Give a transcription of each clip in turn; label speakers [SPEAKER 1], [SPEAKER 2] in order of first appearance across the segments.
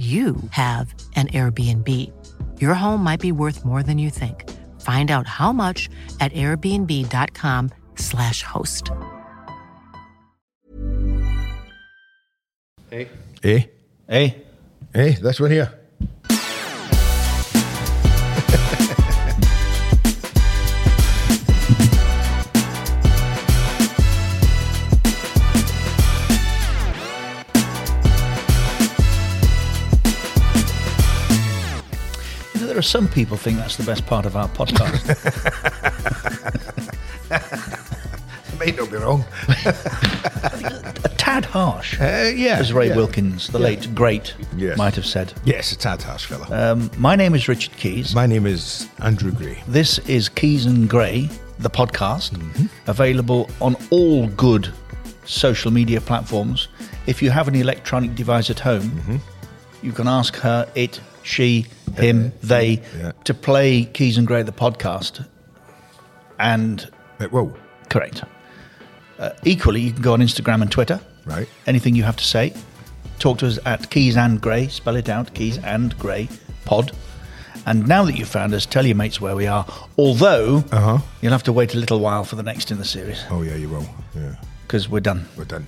[SPEAKER 1] you have an Airbnb. Your home might be worth more than you think. Find out how much at airbnb.com/slash host.
[SPEAKER 2] Hey.
[SPEAKER 3] Eh?
[SPEAKER 2] Hey.
[SPEAKER 3] Eh? This one here.
[SPEAKER 2] You know, there are some people think that's the best part of our podcast.
[SPEAKER 3] I might not be wrong.
[SPEAKER 2] a tad harsh.
[SPEAKER 3] Uh, yeah.
[SPEAKER 2] As Ray
[SPEAKER 3] yeah.
[SPEAKER 2] Wilkins, the late great,
[SPEAKER 3] Yes.
[SPEAKER 2] might have said.
[SPEAKER 3] Yes, it's Tad Harsh fella.
[SPEAKER 2] Um, my name is Richard Keys.
[SPEAKER 3] My name is Andrew Gray.
[SPEAKER 2] This is Keys and Grey, the podcast,
[SPEAKER 3] Mm-hmm.
[SPEAKER 2] available on all good social media platforms. If you have an electronic device at home,
[SPEAKER 3] Mm-hmm.
[SPEAKER 2] you can ask her, it, she, him, they
[SPEAKER 3] Yeah.
[SPEAKER 2] to play Keys and Grey, the podcast. And
[SPEAKER 3] It will.
[SPEAKER 2] Correct. Uh, equally, you can go on Instagram and Twitter.
[SPEAKER 3] Right.
[SPEAKER 2] Anything you have to say, talk to us at Keys and Grey. Spell it out, Keys
[SPEAKER 3] Mm-hmm.
[SPEAKER 2] and Grey Pod. And now that you've found us, tell your mates where we are. Although
[SPEAKER 3] Uh-huh.
[SPEAKER 2] you'll have to wait a little while for the next in the series
[SPEAKER 3] Oh, yeah, you will. Yeah.
[SPEAKER 2] because we're done.
[SPEAKER 3] We're done.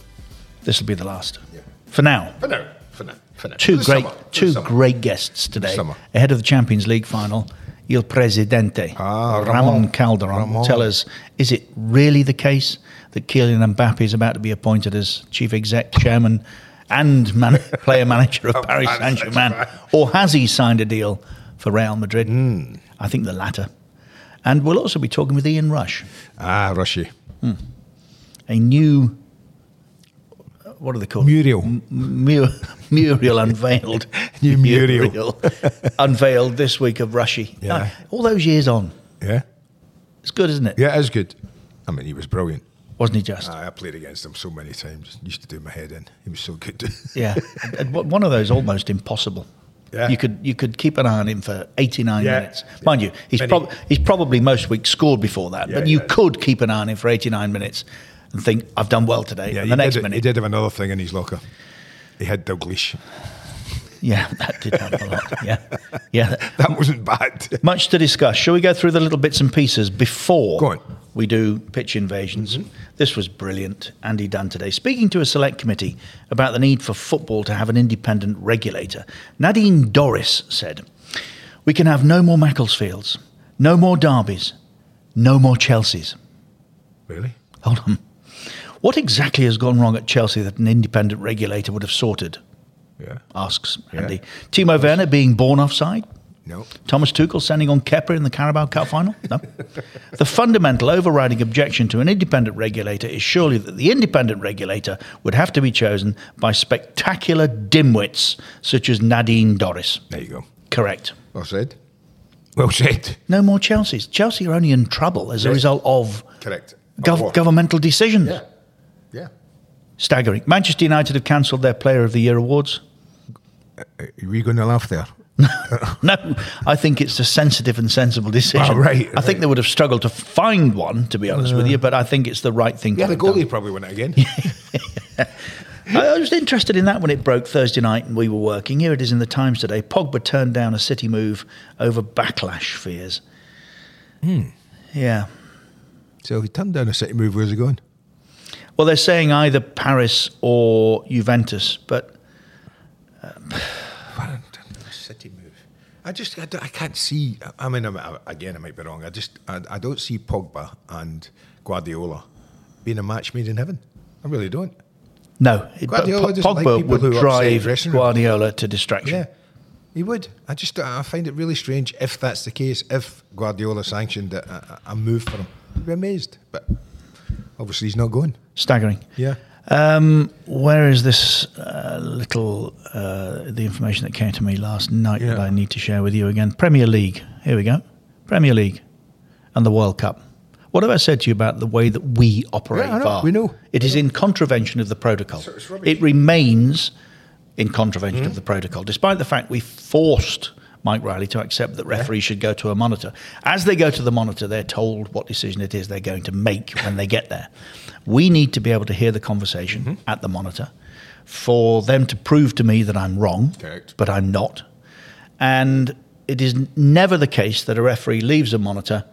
[SPEAKER 2] This will be the last
[SPEAKER 3] Yeah.
[SPEAKER 2] for now.
[SPEAKER 3] For now. For now. For now.
[SPEAKER 2] Two
[SPEAKER 3] For the
[SPEAKER 2] great,
[SPEAKER 3] summer, for the
[SPEAKER 2] two
[SPEAKER 3] summer.
[SPEAKER 2] great guests today
[SPEAKER 3] summer.
[SPEAKER 2] ahead of the Champions League final. Il Presidente
[SPEAKER 3] Ah,
[SPEAKER 2] Ramon,
[SPEAKER 3] Ramon.
[SPEAKER 2] Calderon
[SPEAKER 3] Ramon.
[SPEAKER 2] tell us: Is it really the case that Kylian Mbappe is about to be appointed as chief exec, chairman, and man- player manager of
[SPEAKER 3] Of
[SPEAKER 2] Paris Saint
[SPEAKER 3] Paris
[SPEAKER 2] Germain,
[SPEAKER 3] Saint-Germain.
[SPEAKER 2] or has he signed a deal for Real Madrid?
[SPEAKER 3] Hmm.
[SPEAKER 2] I think the latter. And we'll also be talking with Ian Rush,
[SPEAKER 3] Ah, Rushy.
[SPEAKER 2] a new. What are they called?
[SPEAKER 3] Muriel.
[SPEAKER 2] Mur- Muriel unveiled.
[SPEAKER 3] New Muriel.
[SPEAKER 2] unveiled this week of Rushy.
[SPEAKER 3] Yeah.
[SPEAKER 2] Now, all those years on.
[SPEAKER 3] Yeah.
[SPEAKER 2] It's good, isn't it?
[SPEAKER 3] Yeah, it is good. I mean, he was brilliant. Ah,
[SPEAKER 2] Wasn't he just?
[SPEAKER 3] I I played against him so many times. Used to do my head in. He was so good.
[SPEAKER 2] yeah. And- and one- one of those almost impossible.
[SPEAKER 3] Yeah.
[SPEAKER 2] You could you could keep an eye on him for 89
[SPEAKER 3] Yeah.
[SPEAKER 2] minutes. Mind you, he's,
[SPEAKER 3] Many-
[SPEAKER 2] prob- he's probably most weeks scored before that,
[SPEAKER 3] Yeah,
[SPEAKER 2] but you
[SPEAKER 3] yeah.
[SPEAKER 2] could keep an eye on him for 89 minutes and think, I've done well today.
[SPEAKER 3] yeah,
[SPEAKER 2] and
[SPEAKER 3] he
[SPEAKER 2] the next
[SPEAKER 3] did,
[SPEAKER 2] minute,
[SPEAKER 3] He did have another thing in his locker. He had Dalglish.
[SPEAKER 2] yeah, that did happen a lot. Yeah. Yeah.
[SPEAKER 3] That wasn't bad.
[SPEAKER 2] Much to discuss. Shall we go through the little bits and pieces before
[SPEAKER 3] Go on. Mm-hmm.
[SPEAKER 2] we do pitch invasions? This was brilliant. Andy Dunn today, speaking to a select committee about the need for football to have an independent regulator. Nadine Doris said, We can have no more Macclesfields, no more Derbys, no more Chelseas.
[SPEAKER 3] Really?
[SPEAKER 2] Hold on. What exactly has gone wrong at Chelsea that an independent regulator would have sorted?
[SPEAKER 3] Yeah.
[SPEAKER 2] Asks
[SPEAKER 3] Yeah.
[SPEAKER 2] Andy. Timo Werner being born offside?
[SPEAKER 3] No.
[SPEAKER 2] Thomas Tuchel standing on Kepper in the Carabao Cup final? No. the fundamental overriding objection to an independent regulator is surely that the independent regulator would have to be chosen by spectacular dimwits such as Nadine Doris.
[SPEAKER 3] There you go.
[SPEAKER 2] Correct.
[SPEAKER 3] Well said. Well said.
[SPEAKER 2] No more Chelsea's. Chelsea are only in trouble as a
[SPEAKER 3] Yes.
[SPEAKER 2] result of
[SPEAKER 3] Correct.
[SPEAKER 2] gov-
[SPEAKER 3] Of what?
[SPEAKER 2] governmental decisions.
[SPEAKER 3] Yeah. Yeah.
[SPEAKER 2] Staggering. Manchester United have cancelled their Player of the Year awards.
[SPEAKER 3] Are you going to laugh there?
[SPEAKER 2] No, I think it's a sensitive and sensible decision.
[SPEAKER 3] Oh, right,
[SPEAKER 2] I think
[SPEAKER 3] right.
[SPEAKER 2] they would have struggled to find one, to be honest with you, but I think it's the right thing
[SPEAKER 3] Yeah,
[SPEAKER 2] to
[SPEAKER 3] the
[SPEAKER 2] have done.
[SPEAKER 3] goalie probably won it again.
[SPEAKER 2] I I was interested in that when it broke Thursday night and we were working. Here it is in the Times today. Pogba turned down a City move over backlash fears. Yeah.
[SPEAKER 3] so he turned down a city move. Where's he going?
[SPEAKER 2] Well, they're saying either Paris or Juventus, but
[SPEAKER 3] City move. I just, I, don't- I can't see. I- I mean, I'm, I, again, I might be wrong. I just, I, I don't see Pogba and Guardiola being a match made in heaven. I really don't.
[SPEAKER 2] No, it- but
[SPEAKER 3] Guardiola
[SPEAKER 2] P-
[SPEAKER 3] doesn't like
[SPEAKER 2] Pogba
[SPEAKER 3] people
[SPEAKER 2] would
[SPEAKER 3] who upset
[SPEAKER 2] drive
[SPEAKER 3] his dressing room.
[SPEAKER 2] Guardiola to distraction.
[SPEAKER 3] Yeah, he would. I just, I find it really strange if that's the case. If Guardiola sanctioned a, a, a move for him, I'd be amazed. But obviously, he's not going.
[SPEAKER 2] Staggering.
[SPEAKER 3] Yeah.
[SPEAKER 2] Um, where is this uh, little uh, the information that came to me last night that
[SPEAKER 3] Yeah.
[SPEAKER 2] I need to share with you again? Premier League. Here we go. Premier League and the World Cup. What have I said to you about the way that we operate?
[SPEAKER 3] Yeah, I know.
[SPEAKER 2] VAR?
[SPEAKER 3] We know.
[SPEAKER 2] it is in contravention of the protocol.
[SPEAKER 3] So it's rubbish.
[SPEAKER 2] it remains in contravention of the protocol, despite the fact we forced Mike Riley to accept that referees should go to a monitor. As they go to the monitor, they're told what decision it is they're going to make when they get there. We need to be able to hear the conversation at the monitor for them to prove to me that I'm wrong,
[SPEAKER 3] Correct.
[SPEAKER 2] but I'm not. And it is n- never the case that a referee leaves a monitor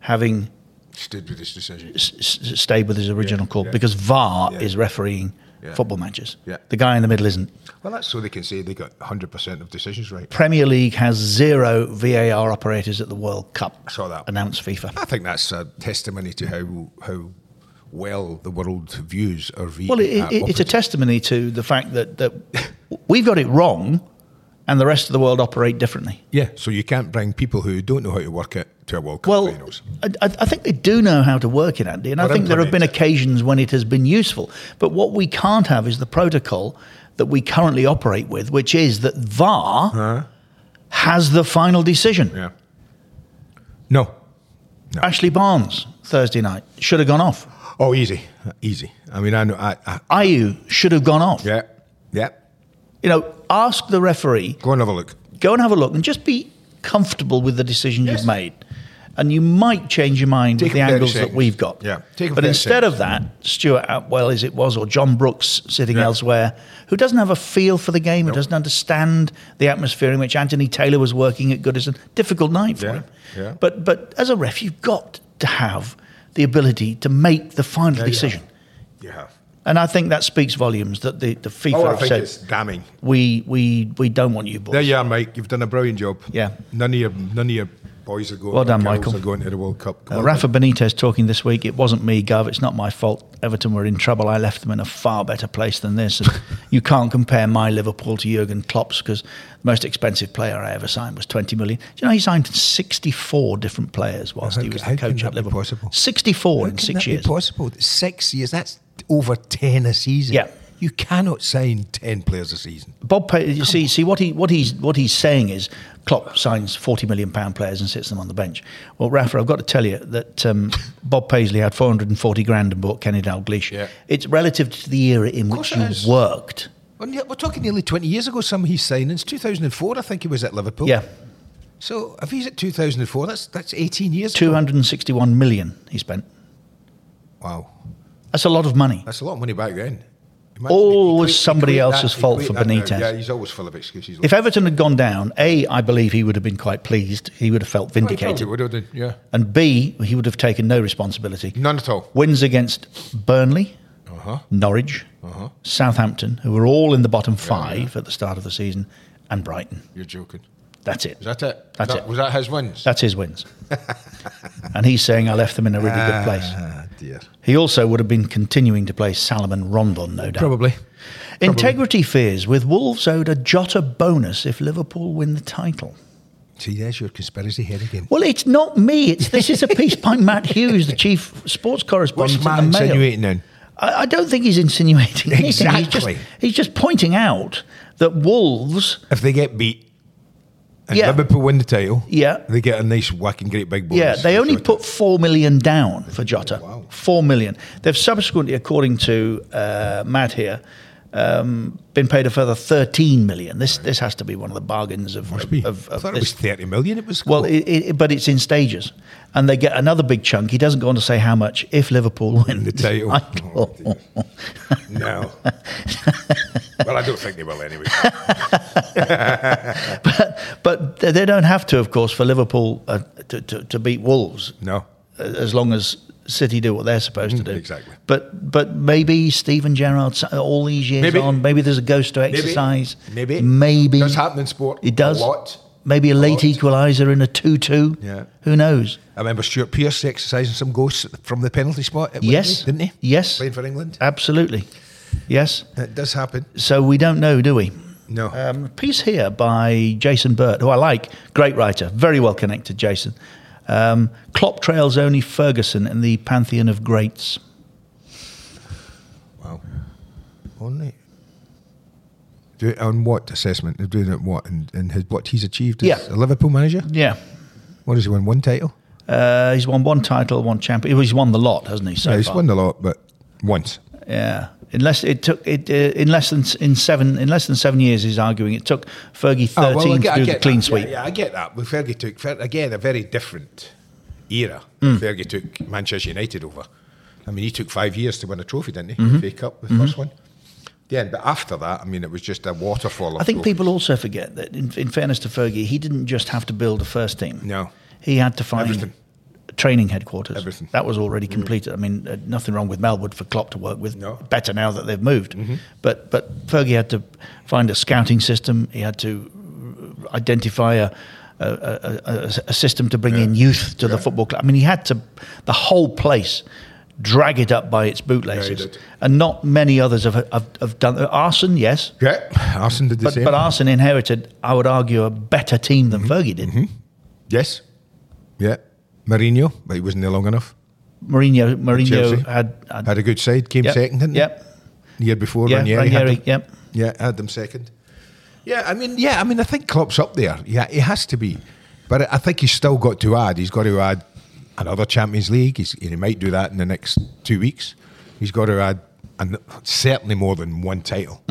[SPEAKER 2] having
[SPEAKER 3] Stood with his decision.
[SPEAKER 2] s- s- stayed with his original
[SPEAKER 3] Yeah,
[SPEAKER 2] call
[SPEAKER 3] yeah.
[SPEAKER 2] because VAR
[SPEAKER 3] Yeah.
[SPEAKER 2] is refereeing
[SPEAKER 3] Yeah.
[SPEAKER 2] football matches.
[SPEAKER 3] Yeah.
[SPEAKER 2] The guy in the middle isn't.
[SPEAKER 3] Well, that's so they can say they got 100% of decisions right.
[SPEAKER 2] Premier League has zero VAR operators at the World Cup.
[SPEAKER 3] I saw that.
[SPEAKER 2] Announced FIFA.
[SPEAKER 3] I think that's a testimony to how how well the world views or VAR.
[SPEAKER 2] Well, it, it, it's a testimony to the fact that, that we've got it wrong and the rest of the world operate differently.
[SPEAKER 3] yeah. So you can't bring people who don't know how to work it to a World Cup
[SPEAKER 2] Well,
[SPEAKER 3] finals.
[SPEAKER 2] I, I I think they do know how to work it, Andy, and I
[SPEAKER 3] Or
[SPEAKER 2] think there have been
[SPEAKER 3] implement it.
[SPEAKER 2] occasions when it has been useful. But what we can't have is the protocol that we currently operate with, which is that VAR has the final decision.
[SPEAKER 3] Uh-huh. Yeah. No.
[SPEAKER 2] Ashley Barnes Thursday night should have gone off.
[SPEAKER 3] Oh, easy, easy. I mean, I know. I, I
[SPEAKER 2] Ayu should have gone off.
[SPEAKER 3] yeah, yeah.
[SPEAKER 2] You know, ask the referee,
[SPEAKER 3] Go and have a look.
[SPEAKER 2] go and have a look, and just be comfortable with the decision
[SPEAKER 3] Yes.
[SPEAKER 2] you've made. And you might change your mind
[SPEAKER 3] Take
[SPEAKER 2] with the
[SPEAKER 3] 30
[SPEAKER 2] angles that
[SPEAKER 3] seconds.
[SPEAKER 2] we've got.
[SPEAKER 3] Yeah, take a
[SPEAKER 2] but
[SPEAKER 3] 30
[SPEAKER 2] instead of that, Stuart Atwell, as it was, or John Brooks sitting
[SPEAKER 3] Yeah.
[SPEAKER 2] elsewhere, who doesn't have a feel for the game, who doesn't understand the atmosphere in which Anthony Taylor was working at Goodison. Difficult night for
[SPEAKER 3] Yeah,
[SPEAKER 2] him.
[SPEAKER 3] yeah.
[SPEAKER 2] But but as a ref, you've got to have the ability to make the final
[SPEAKER 3] you
[SPEAKER 2] decision.
[SPEAKER 3] You have.
[SPEAKER 2] And I think that speaks volumes that the, the FIFA
[SPEAKER 3] Oh, I
[SPEAKER 2] have
[SPEAKER 3] think
[SPEAKER 2] said,
[SPEAKER 3] it's damning.
[SPEAKER 2] we, we, we don't want you boys.
[SPEAKER 3] There you are, Mike. You've done a brilliant job.
[SPEAKER 2] Yeah.
[SPEAKER 3] None of your none of your boys are going.
[SPEAKER 2] Well
[SPEAKER 3] or
[SPEAKER 2] done,
[SPEAKER 3] girls
[SPEAKER 2] Michael.
[SPEAKER 3] Are going to the World Cup.
[SPEAKER 2] Uh, Rafa Benitez talking this week. It wasn't me, Gov. It's not my fault. Everton were in trouble. I left them in a far better place than this. And you can't compare my Liverpool to Jurgen Klopp's because the most expensive player I ever signed was 20 million. Do you know he signed 64 different players whilst
[SPEAKER 3] How
[SPEAKER 2] he
[SPEAKER 3] ca-
[SPEAKER 2] was
[SPEAKER 3] how
[SPEAKER 2] the
[SPEAKER 3] can
[SPEAKER 2] coach
[SPEAKER 3] that
[SPEAKER 2] at
[SPEAKER 3] be
[SPEAKER 2] Liverpool?
[SPEAKER 3] possible?
[SPEAKER 2] 64
[SPEAKER 3] How
[SPEAKER 2] in
[SPEAKER 3] can
[SPEAKER 2] six
[SPEAKER 3] that
[SPEAKER 2] years.
[SPEAKER 3] Be possible. Six years. That's over ten a season.
[SPEAKER 2] Yeah.
[SPEAKER 3] You cannot sign ten players a season.
[SPEAKER 2] Bob, Pay, you see, see what he what he's what he's saying is, Klopp signs forty million pound players and sits them on the bench. Well, Rafa, I've got to tell you that um, Bob Paisley had four hundred and forty grand and bought Kenny Dalglish.
[SPEAKER 3] Yeah.
[SPEAKER 2] It's relative to the era in
[SPEAKER 3] course
[SPEAKER 2] which
[SPEAKER 3] it
[SPEAKER 2] you
[SPEAKER 3] is.
[SPEAKER 2] worked.
[SPEAKER 3] Well, yeah, we're talking nearly 20 years ago, some of his signings. 2004, I think he was at Liverpool.
[SPEAKER 2] Yeah,
[SPEAKER 3] So if he's at 2004, that's that's 18 years
[SPEAKER 2] two
[SPEAKER 3] ago.
[SPEAKER 2] hundred and sixty-one million he spent.
[SPEAKER 3] Wow.
[SPEAKER 2] That's a lot of money.
[SPEAKER 3] That's a lot of money back then. Imagine
[SPEAKER 2] Always
[SPEAKER 3] equate-
[SPEAKER 2] Oh, somebody
[SPEAKER 3] equate
[SPEAKER 2] else's fault
[SPEAKER 3] equate
[SPEAKER 2] for
[SPEAKER 3] that now.
[SPEAKER 2] Benitez.
[SPEAKER 3] Yeah, he's always full of excuses.
[SPEAKER 2] If Everton had gone down, a, I believe he would have been quite pleased. He would have felt
[SPEAKER 3] Well, he probably
[SPEAKER 2] vindicated,
[SPEAKER 3] would have done, yeah.
[SPEAKER 2] and b, he would have taken no responsibility.
[SPEAKER 3] None at all.
[SPEAKER 2] Wins against Burnley,
[SPEAKER 3] Uh-huh.
[SPEAKER 2] Norwich, Southampton, who were all in the bottom five at the start of the season, and Brighton.
[SPEAKER 3] You're joking.
[SPEAKER 2] That's it.
[SPEAKER 3] Is that it?
[SPEAKER 2] That's
[SPEAKER 3] That-
[SPEAKER 2] it.
[SPEAKER 3] Was that his wins?
[SPEAKER 2] That's his wins. and he's saying I left them in a really good place.
[SPEAKER 3] Ah, dear.
[SPEAKER 2] He also would have been continuing to play Salomon Rondon, no doubt.
[SPEAKER 3] Probably.
[SPEAKER 2] Integrity fears with Wolves owed a Jota bonus if Liverpool win the title.
[SPEAKER 3] See, there's your conspiracy head again.
[SPEAKER 2] Well, it's not me. It's, this is a piece by Matt Hughes, the chief sports correspondent.
[SPEAKER 3] What's
[SPEAKER 2] at
[SPEAKER 3] Matt
[SPEAKER 2] the Mail.
[SPEAKER 3] insinuating then?
[SPEAKER 2] I, I don't think he's insinuating anything. He's just,
[SPEAKER 3] Exactly.
[SPEAKER 2] he's just pointing out that Wolves,
[SPEAKER 3] If they get beat and
[SPEAKER 2] Yeah.
[SPEAKER 3] Liverpool win the title,
[SPEAKER 2] Yeah.
[SPEAKER 3] they get a nice whacking great big bonus.
[SPEAKER 2] yeah, they
[SPEAKER 3] for
[SPEAKER 2] only
[SPEAKER 3] Jota.
[SPEAKER 2] put four million down for Jota.
[SPEAKER 3] Oh, Wow.
[SPEAKER 2] Four million. They've subsequently, according to uh, Matt here, um, been paid a further thirteen million. This this has to be one of the bargains of
[SPEAKER 3] Must
[SPEAKER 2] of,
[SPEAKER 3] be.
[SPEAKER 2] of,
[SPEAKER 3] I
[SPEAKER 2] of
[SPEAKER 3] thought it was
[SPEAKER 2] this.
[SPEAKER 3] 30 million. It was
[SPEAKER 2] Well,
[SPEAKER 3] called.
[SPEAKER 2] it, it, but it's in stages, and they get another big chunk. He doesn't go on to say how much if Liverpool win
[SPEAKER 3] the title.
[SPEAKER 2] title.
[SPEAKER 3] Oh, dear. no. well, I don't think they will anyway.
[SPEAKER 2] But they they don't have to, of course, for Liverpool uh, to, to, to beat Wolves,
[SPEAKER 3] No.
[SPEAKER 2] a- as long as City do what they're supposed to do.
[SPEAKER 3] Mm-hmm. exactly.
[SPEAKER 2] But but maybe Steven Gerrard, so- all these years
[SPEAKER 3] Maybe.
[SPEAKER 2] on, maybe there's a ghost to exercise.
[SPEAKER 3] Maybe.
[SPEAKER 2] Maybe.
[SPEAKER 3] Does happen in sport
[SPEAKER 2] It does.
[SPEAKER 3] a lot.
[SPEAKER 2] Maybe a late
[SPEAKER 3] lot.
[SPEAKER 2] equaliser in a 2 2.
[SPEAKER 3] Yeah.
[SPEAKER 2] Who knows?
[SPEAKER 3] I remember Stuart Pearce exercising some ghosts from the penalty spot. at Wembley,
[SPEAKER 2] yes.
[SPEAKER 3] didn't he?
[SPEAKER 2] Yes.
[SPEAKER 3] Playing for England.
[SPEAKER 2] Absolutely. Yes.
[SPEAKER 3] It does happen. Uh,
[SPEAKER 2] So we don't know, do we?
[SPEAKER 3] No.
[SPEAKER 2] Um, a piece here by Jason Burt, who I like. Great writer. Very well connected, Jason. Um, Klopp trails only Ferguson in the pantheon of greats.
[SPEAKER 3] wow. Only. Do it on what assessment? They're doing it what and, and his, what he's achieved as
[SPEAKER 2] Yeah.
[SPEAKER 3] a Liverpool manager.
[SPEAKER 2] Yeah.
[SPEAKER 3] What has he won? One title?
[SPEAKER 2] Uh, he's won one title, one champion. He's won the lot, hasn't he? So
[SPEAKER 3] yeah, he's
[SPEAKER 2] far?
[SPEAKER 3] won a lot, but once.
[SPEAKER 2] Yeah. Unless it took it uh, in less than in seven in less than seven years, he's arguing it took Fergie
[SPEAKER 3] Oh,
[SPEAKER 2] thirteen
[SPEAKER 3] well, I get- I
[SPEAKER 2] to do the
[SPEAKER 3] get
[SPEAKER 2] clean
[SPEAKER 3] that.
[SPEAKER 2] sweep.
[SPEAKER 3] Yeah, yeah, I get that. Well, Fergie took Fer- again a very different era.
[SPEAKER 2] Mm.
[SPEAKER 3] Fergie took Manchester United over. I mean, he took five years to win a trophy, didn't he?
[SPEAKER 2] Mm-hmm.
[SPEAKER 3] The FA Cup, the first one. Yeah, but after that, I mean, it was just a waterfall. Of
[SPEAKER 2] I think
[SPEAKER 3] trophies.
[SPEAKER 2] people also forget that, in, in fairness to Fergie, he didn't just have to build a first team.
[SPEAKER 3] No.
[SPEAKER 2] He had to find
[SPEAKER 3] Everything.
[SPEAKER 2] training headquarters.
[SPEAKER 3] Everything. Mm-hmm.
[SPEAKER 2] That was already completed. I mean, uh, nothing wrong with Melwood for Klopp to work with.
[SPEAKER 3] No. Mm-hmm.
[SPEAKER 2] Better now that they've moved. But, but Fergie had to find a scouting system, he had to identify a, a, a, a, a system to bring in youth to the football club. I mean, he had to, the whole place. Drag it up by its bootlaces,
[SPEAKER 3] did.
[SPEAKER 2] and not many others have, have, have done. Arson, yes,
[SPEAKER 3] Yeah, Arsenal did the
[SPEAKER 2] but,
[SPEAKER 3] same.
[SPEAKER 2] but Arsenal inherited, I would argue, a better team
[SPEAKER 3] Mm-hmm.
[SPEAKER 2] than Fergie did.
[SPEAKER 3] yes. Yeah. Mourinho, but he wasn't there long enough.
[SPEAKER 2] Mourinho, Mourinho
[SPEAKER 3] Chelsea.
[SPEAKER 2] had, had,
[SPEAKER 3] Had a good side, came
[SPEAKER 2] yep,
[SPEAKER 3] second, didn't
[SPEAKER 2] Yep.
[SPEAKER 3] he? The year before,
[SPEAKER 2] Yeah,
[SPEAKER 3] Ranieri. had
[SPEAKER 2] Ranieri,
[SPEAKER 3] them.
[SPEAKER 2] yep.
[SPEAKER 3] Yeah, had them second. Yeah, I mean, yeah, I mean, I think Klopp's up there. Yeah, he has to be, but I think he's still got to add. He's got to add another Champions League. He's, and he might do that in the next two weeks. He's got to add, and certainly more than one title.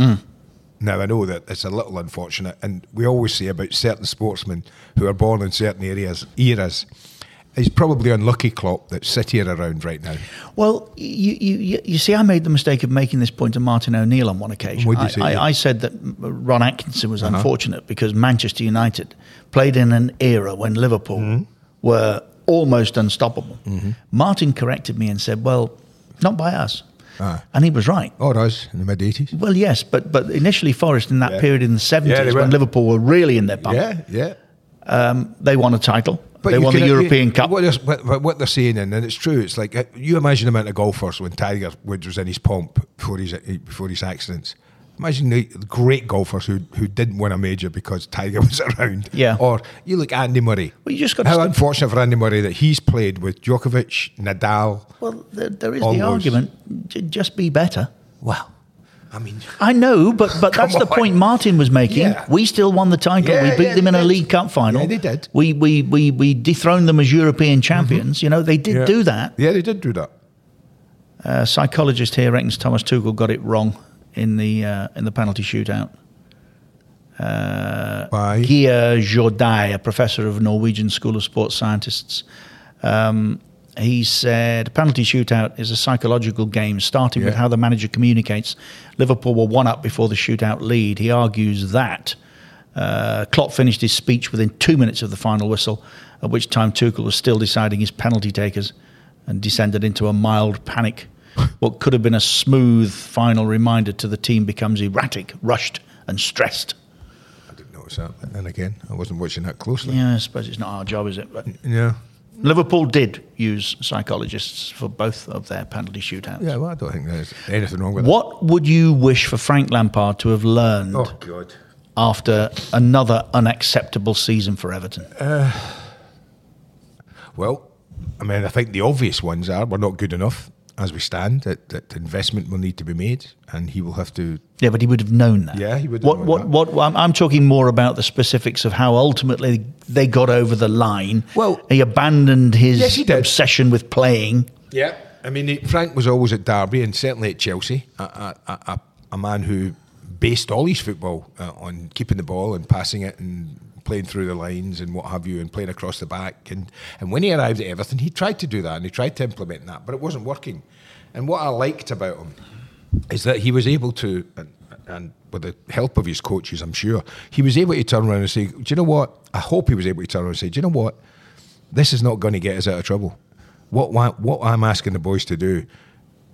[SPEAKER 3] Now I know that it's a little unfortunate, and we always say about certain sportsmen who are born in certain areas eras. He's probably unlucky, Klopp, that City are around right now.
[SPEAKER 2] Well, you, you, you- you see, I made the mistake of making this point to Martin O'Neill on one occasion.
[SPEAKER 3] What did you Uh-huh.
[SPEAKER 2] I,
[SPEAKER 3] say?
[SPEAKER 2] I, I said that Ron Atkinson was unfortunate because Manchester United played in an era when Liverpool
[SPEAKER 3] Mm-hmm.
[SPEAKER 2] were almost unstoppable. Martin corrected me and said, well, not by us.
[SPEAKER 3] Ah.
[SPEAKER 2] And he was right.
[SPEAKER 3] Or us in the mid '80s.
[SPEAKER 2] Well, yes, but but initially Forest in that
[SPEAKER 3] Yeah.
[SPEAKER 2] period in the 70s
[SPEAKER 3] Yeah, they
[SPEAKER 2] when
[SPEAKER 3] were.
[SPEAKER 2] Liverpool were really in their bump,
[SPEAKER 3] Yeah, yeah.
[SPEAKER 2] they won a title. they
[SPEAKER 3] you
[SPEAKER 2] won the
[SPEAKER 3] can- uh, you-
[SPEAKER 2] European Cup.
[SPEAKER 3] What they're, but- but what they're saying, and, and it's true, it's like uh, you imagine the amount of golfers when Tiger Woods was in his pomp before his uh, before his accidents. Imagine the great golfers who who didn't win a major because Tiger was around.
[SPEAKER 2] Yeah.
[SPEAKER 3] Or you look Andy Murray.
[SPEAKER 2] Well, you just gotta
[SPEAKER 3] how
[SPEAKER 2] stop-
[SPEAKER 3] unfortunate for Andy Murray that he's played with Djokovic, Nadal.
[SPEAKER 2] well, there, there is
[SPEAKER 3] Almost.
[SPEAKER 2] the argument: j- just be better.
[SPEAKER 3] Wow. I mean,
[SPEAKER 2] I know, but but
[SPEAKER 3] Come
[SPEAKER 2] that's the
[SPEAKER 3] on.
[SPEAKER 2] point Martin was making.
[SPEAKER 3] Yeah.
[SPEAKER 2] We still won the title.
[SPEAKER 3] Yeah,
[SPEAKER 2] we beat
[SPEAKER 3] yeah,
[SPEAKER 2] them
[SPEAKER 3] they
[SPEAKER 2] in
[SPEAKER 3] did.
[SPEAKER 2] a League Cup final.
[SPEAKER 3] Yeah, they did. Mm-hmm.
[SPEAKER 2] We we we, we dethroned them as European champions. You know, they did
[SPEAKER 3] yeah.
[SPEAKER 2] do that.
[SPEAKER 3] Yeah, they did do that.
[SPEAKER 2] A psychologist here reckons Thomas Tuchel got it wrong in the uh, in the penalty shootout. Uh,
[SPEAKER 3] Why?
[SPEAKER 2] Gia Jordai, a professor of Norwegian School of Sports Scientists. Um, he said, penalty shootout is a psychological game, starting with
[SPEAKER 3] Yeah.
[SPEAKER 2] how the manager communicates. Liverpool were one up before the shootout lead. He argues that. Uh, Klopp finished his speech within two minutes of the final whistle, at which time Tuchel was still deciding his penalty takers and descended into a mild panic. what could have been a smooth final reminder to the team becomes erratic, rushed, and stressed.
[SPEAKER 3] I didn't notice that. And then again, I wasn't watching that closely.
[SPEAKER 2] Yeah, I suppose it's not our job, is it? But
[SPEAKER 3] Yeah.
[SPEAKER 2] Mm. Liverpool did use psychologists for both of their penalty shootouts.
[SPEAKER 3] Yeah, well, I don't think there's anything wrong with
[SPEAKER 2] What would you wish for Frank Lampard to have learned
[SPEAKER 3] that. Oh, God.
[SPEAKER 2] after another unacceptable season for Everton?
[SPEAKER 3] Uh, Well, I mean, I think the obvious ones are we're not good enough as we stand. That, that investment will need to be made, and he will have to.
[SPEAKER 2] yeah, but he would have known that.
[SPEAKER 3] Yeah, he would have
[SPEAKER 2] What?
[SPEAKER 3] known
[SPEAKER 2] what?
[SPEAKER 3] that.
[SPEAKER 2] What? I'm, I'm talking more about the specifics of how ultimately they got over the line.
[SPEAKER 3] Well-
[SPEAKER 2] he abandoned his
[SPEAKER 3] Yes, he did.
[SPEAKER 2] obsession with playing.
[SPEAKER 3] Yeah, I mean, he- Frank was always at Derby and certainly at Chelsea, a, a, a, a- a man who based all his football uh, on keeping the ball and passing it and playing through the lines and what have you and playing across the back. And, and when he arrived at Everton, he tried to do that and he tried to implement that, but it wasn't working. And what I liked about him is that he was able to, and, and with the help of his coaches, I'm sure, he was able to turn around and say, Do you know what? I hope he was able to turn around and say, Do you know what? This is not going to get us out of trouble. What why, what I'm asking the boys to do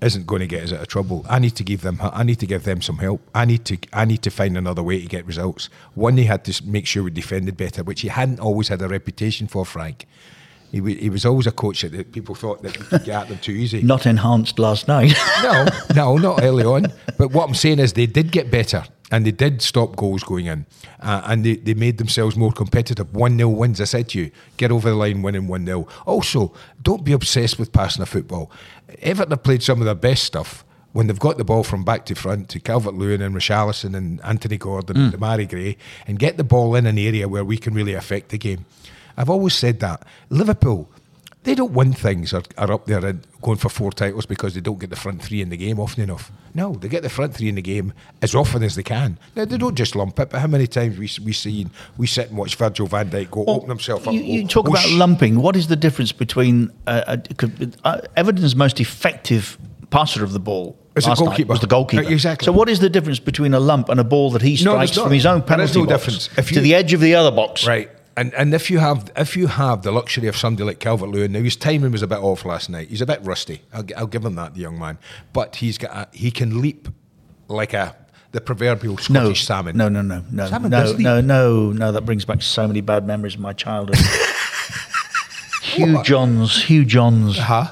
[SPEAKER 3] isn't going to get us out of trouble. I need to give them I need to give them some help. I need to I need to find another way to get results. One, he had to s- make sure we defended better, which he hadn't always had a reputation for. Frank, he, wa- he was always a coach that- that people thought that we could get at them too easy.
[SPEAKER 2] Not enhanced last night.
[SPEAKER 3] No, no, not early on. But what I'm saying is they did get better and they did stop goals going in uh, and they, they made themselves more competitive. 1 0 wins, I said to you, get over the line winning 1 0. Also, don't be obsessed with passing the football. Everton have played some of their best stuff. When they've got the ball from back to front to Calvert Lewin and Richarlison and Anthony Gordon and Damari Gray and get the ball in an area where we can really affect the game. I've always said that. Liverpool, they don't win things or are up there and going for four titles because they don't get the front three in the game often enough. No, they get the front three in the game as often as they can. Now they don't just lump it, but how many times we we seen we sit and watch Virgil Van Dijk go open himself up?
[SPEAKER 2] You, you
[SPEAKER 3] go,
[SPEAKER 2] talk
[SPEAKER 3] go
[SPEAKER 2] about
[SPEAKER 3] sh-
[SPEAKER 2] lumping. What is the difference between uh, uh, 'cause, uh, Everton's most effective passer of the ball?
[SPEAKER 3] It's the
[SPEAKER 2] last night
[SPEAKER 3] goalkeeper.
[SPEAKER 2] was the goalkeeper.
[SPEAKER 3] Uh, exactly.
[SPEAKER 2] So, what is the difference between a lump and a ball that he
[SPEAKER 3] No, there's
[SPEAKER 2] strikes
[SPEAKER 3] not.
[SPEAKER 2] from his own
[SPEAKER 3] There
[SPEAKER 2] penalty
[SPEAKER 3] is no
[SPEAKER 2] box
[SPEAKER 3] difference. If
[SPEAKER 2] to
[SPEAKER 3] you-
[SPEAKER 2] the edge of the other box?
[SPEAKER 3] Right. And and if you have if you have the luxury of somebody like Calvert Lewin, now his timing was a bit off last night. He's a bit rusty. I'll, gi- I'll give him that, the young man. But he's got a, he can leap like a the proverbial Scottish
[SPEAKER 2] No,
[SPEAKER 3] salmon.
[SPEAKER 2] no, no, no, no,
[SPEAKER 3] Salmon
[SPEAKER 2] no,
[SPEAKER 3] does leap.
[SPEAKER 2] no, no, no. That brings back so many bad memories of my childhood. Hugh
[SPEAKER 3] What? Uh-huh.
[SPEAKER 2] Johns, Hugh Johns,
[SPEAKER 3] Huh?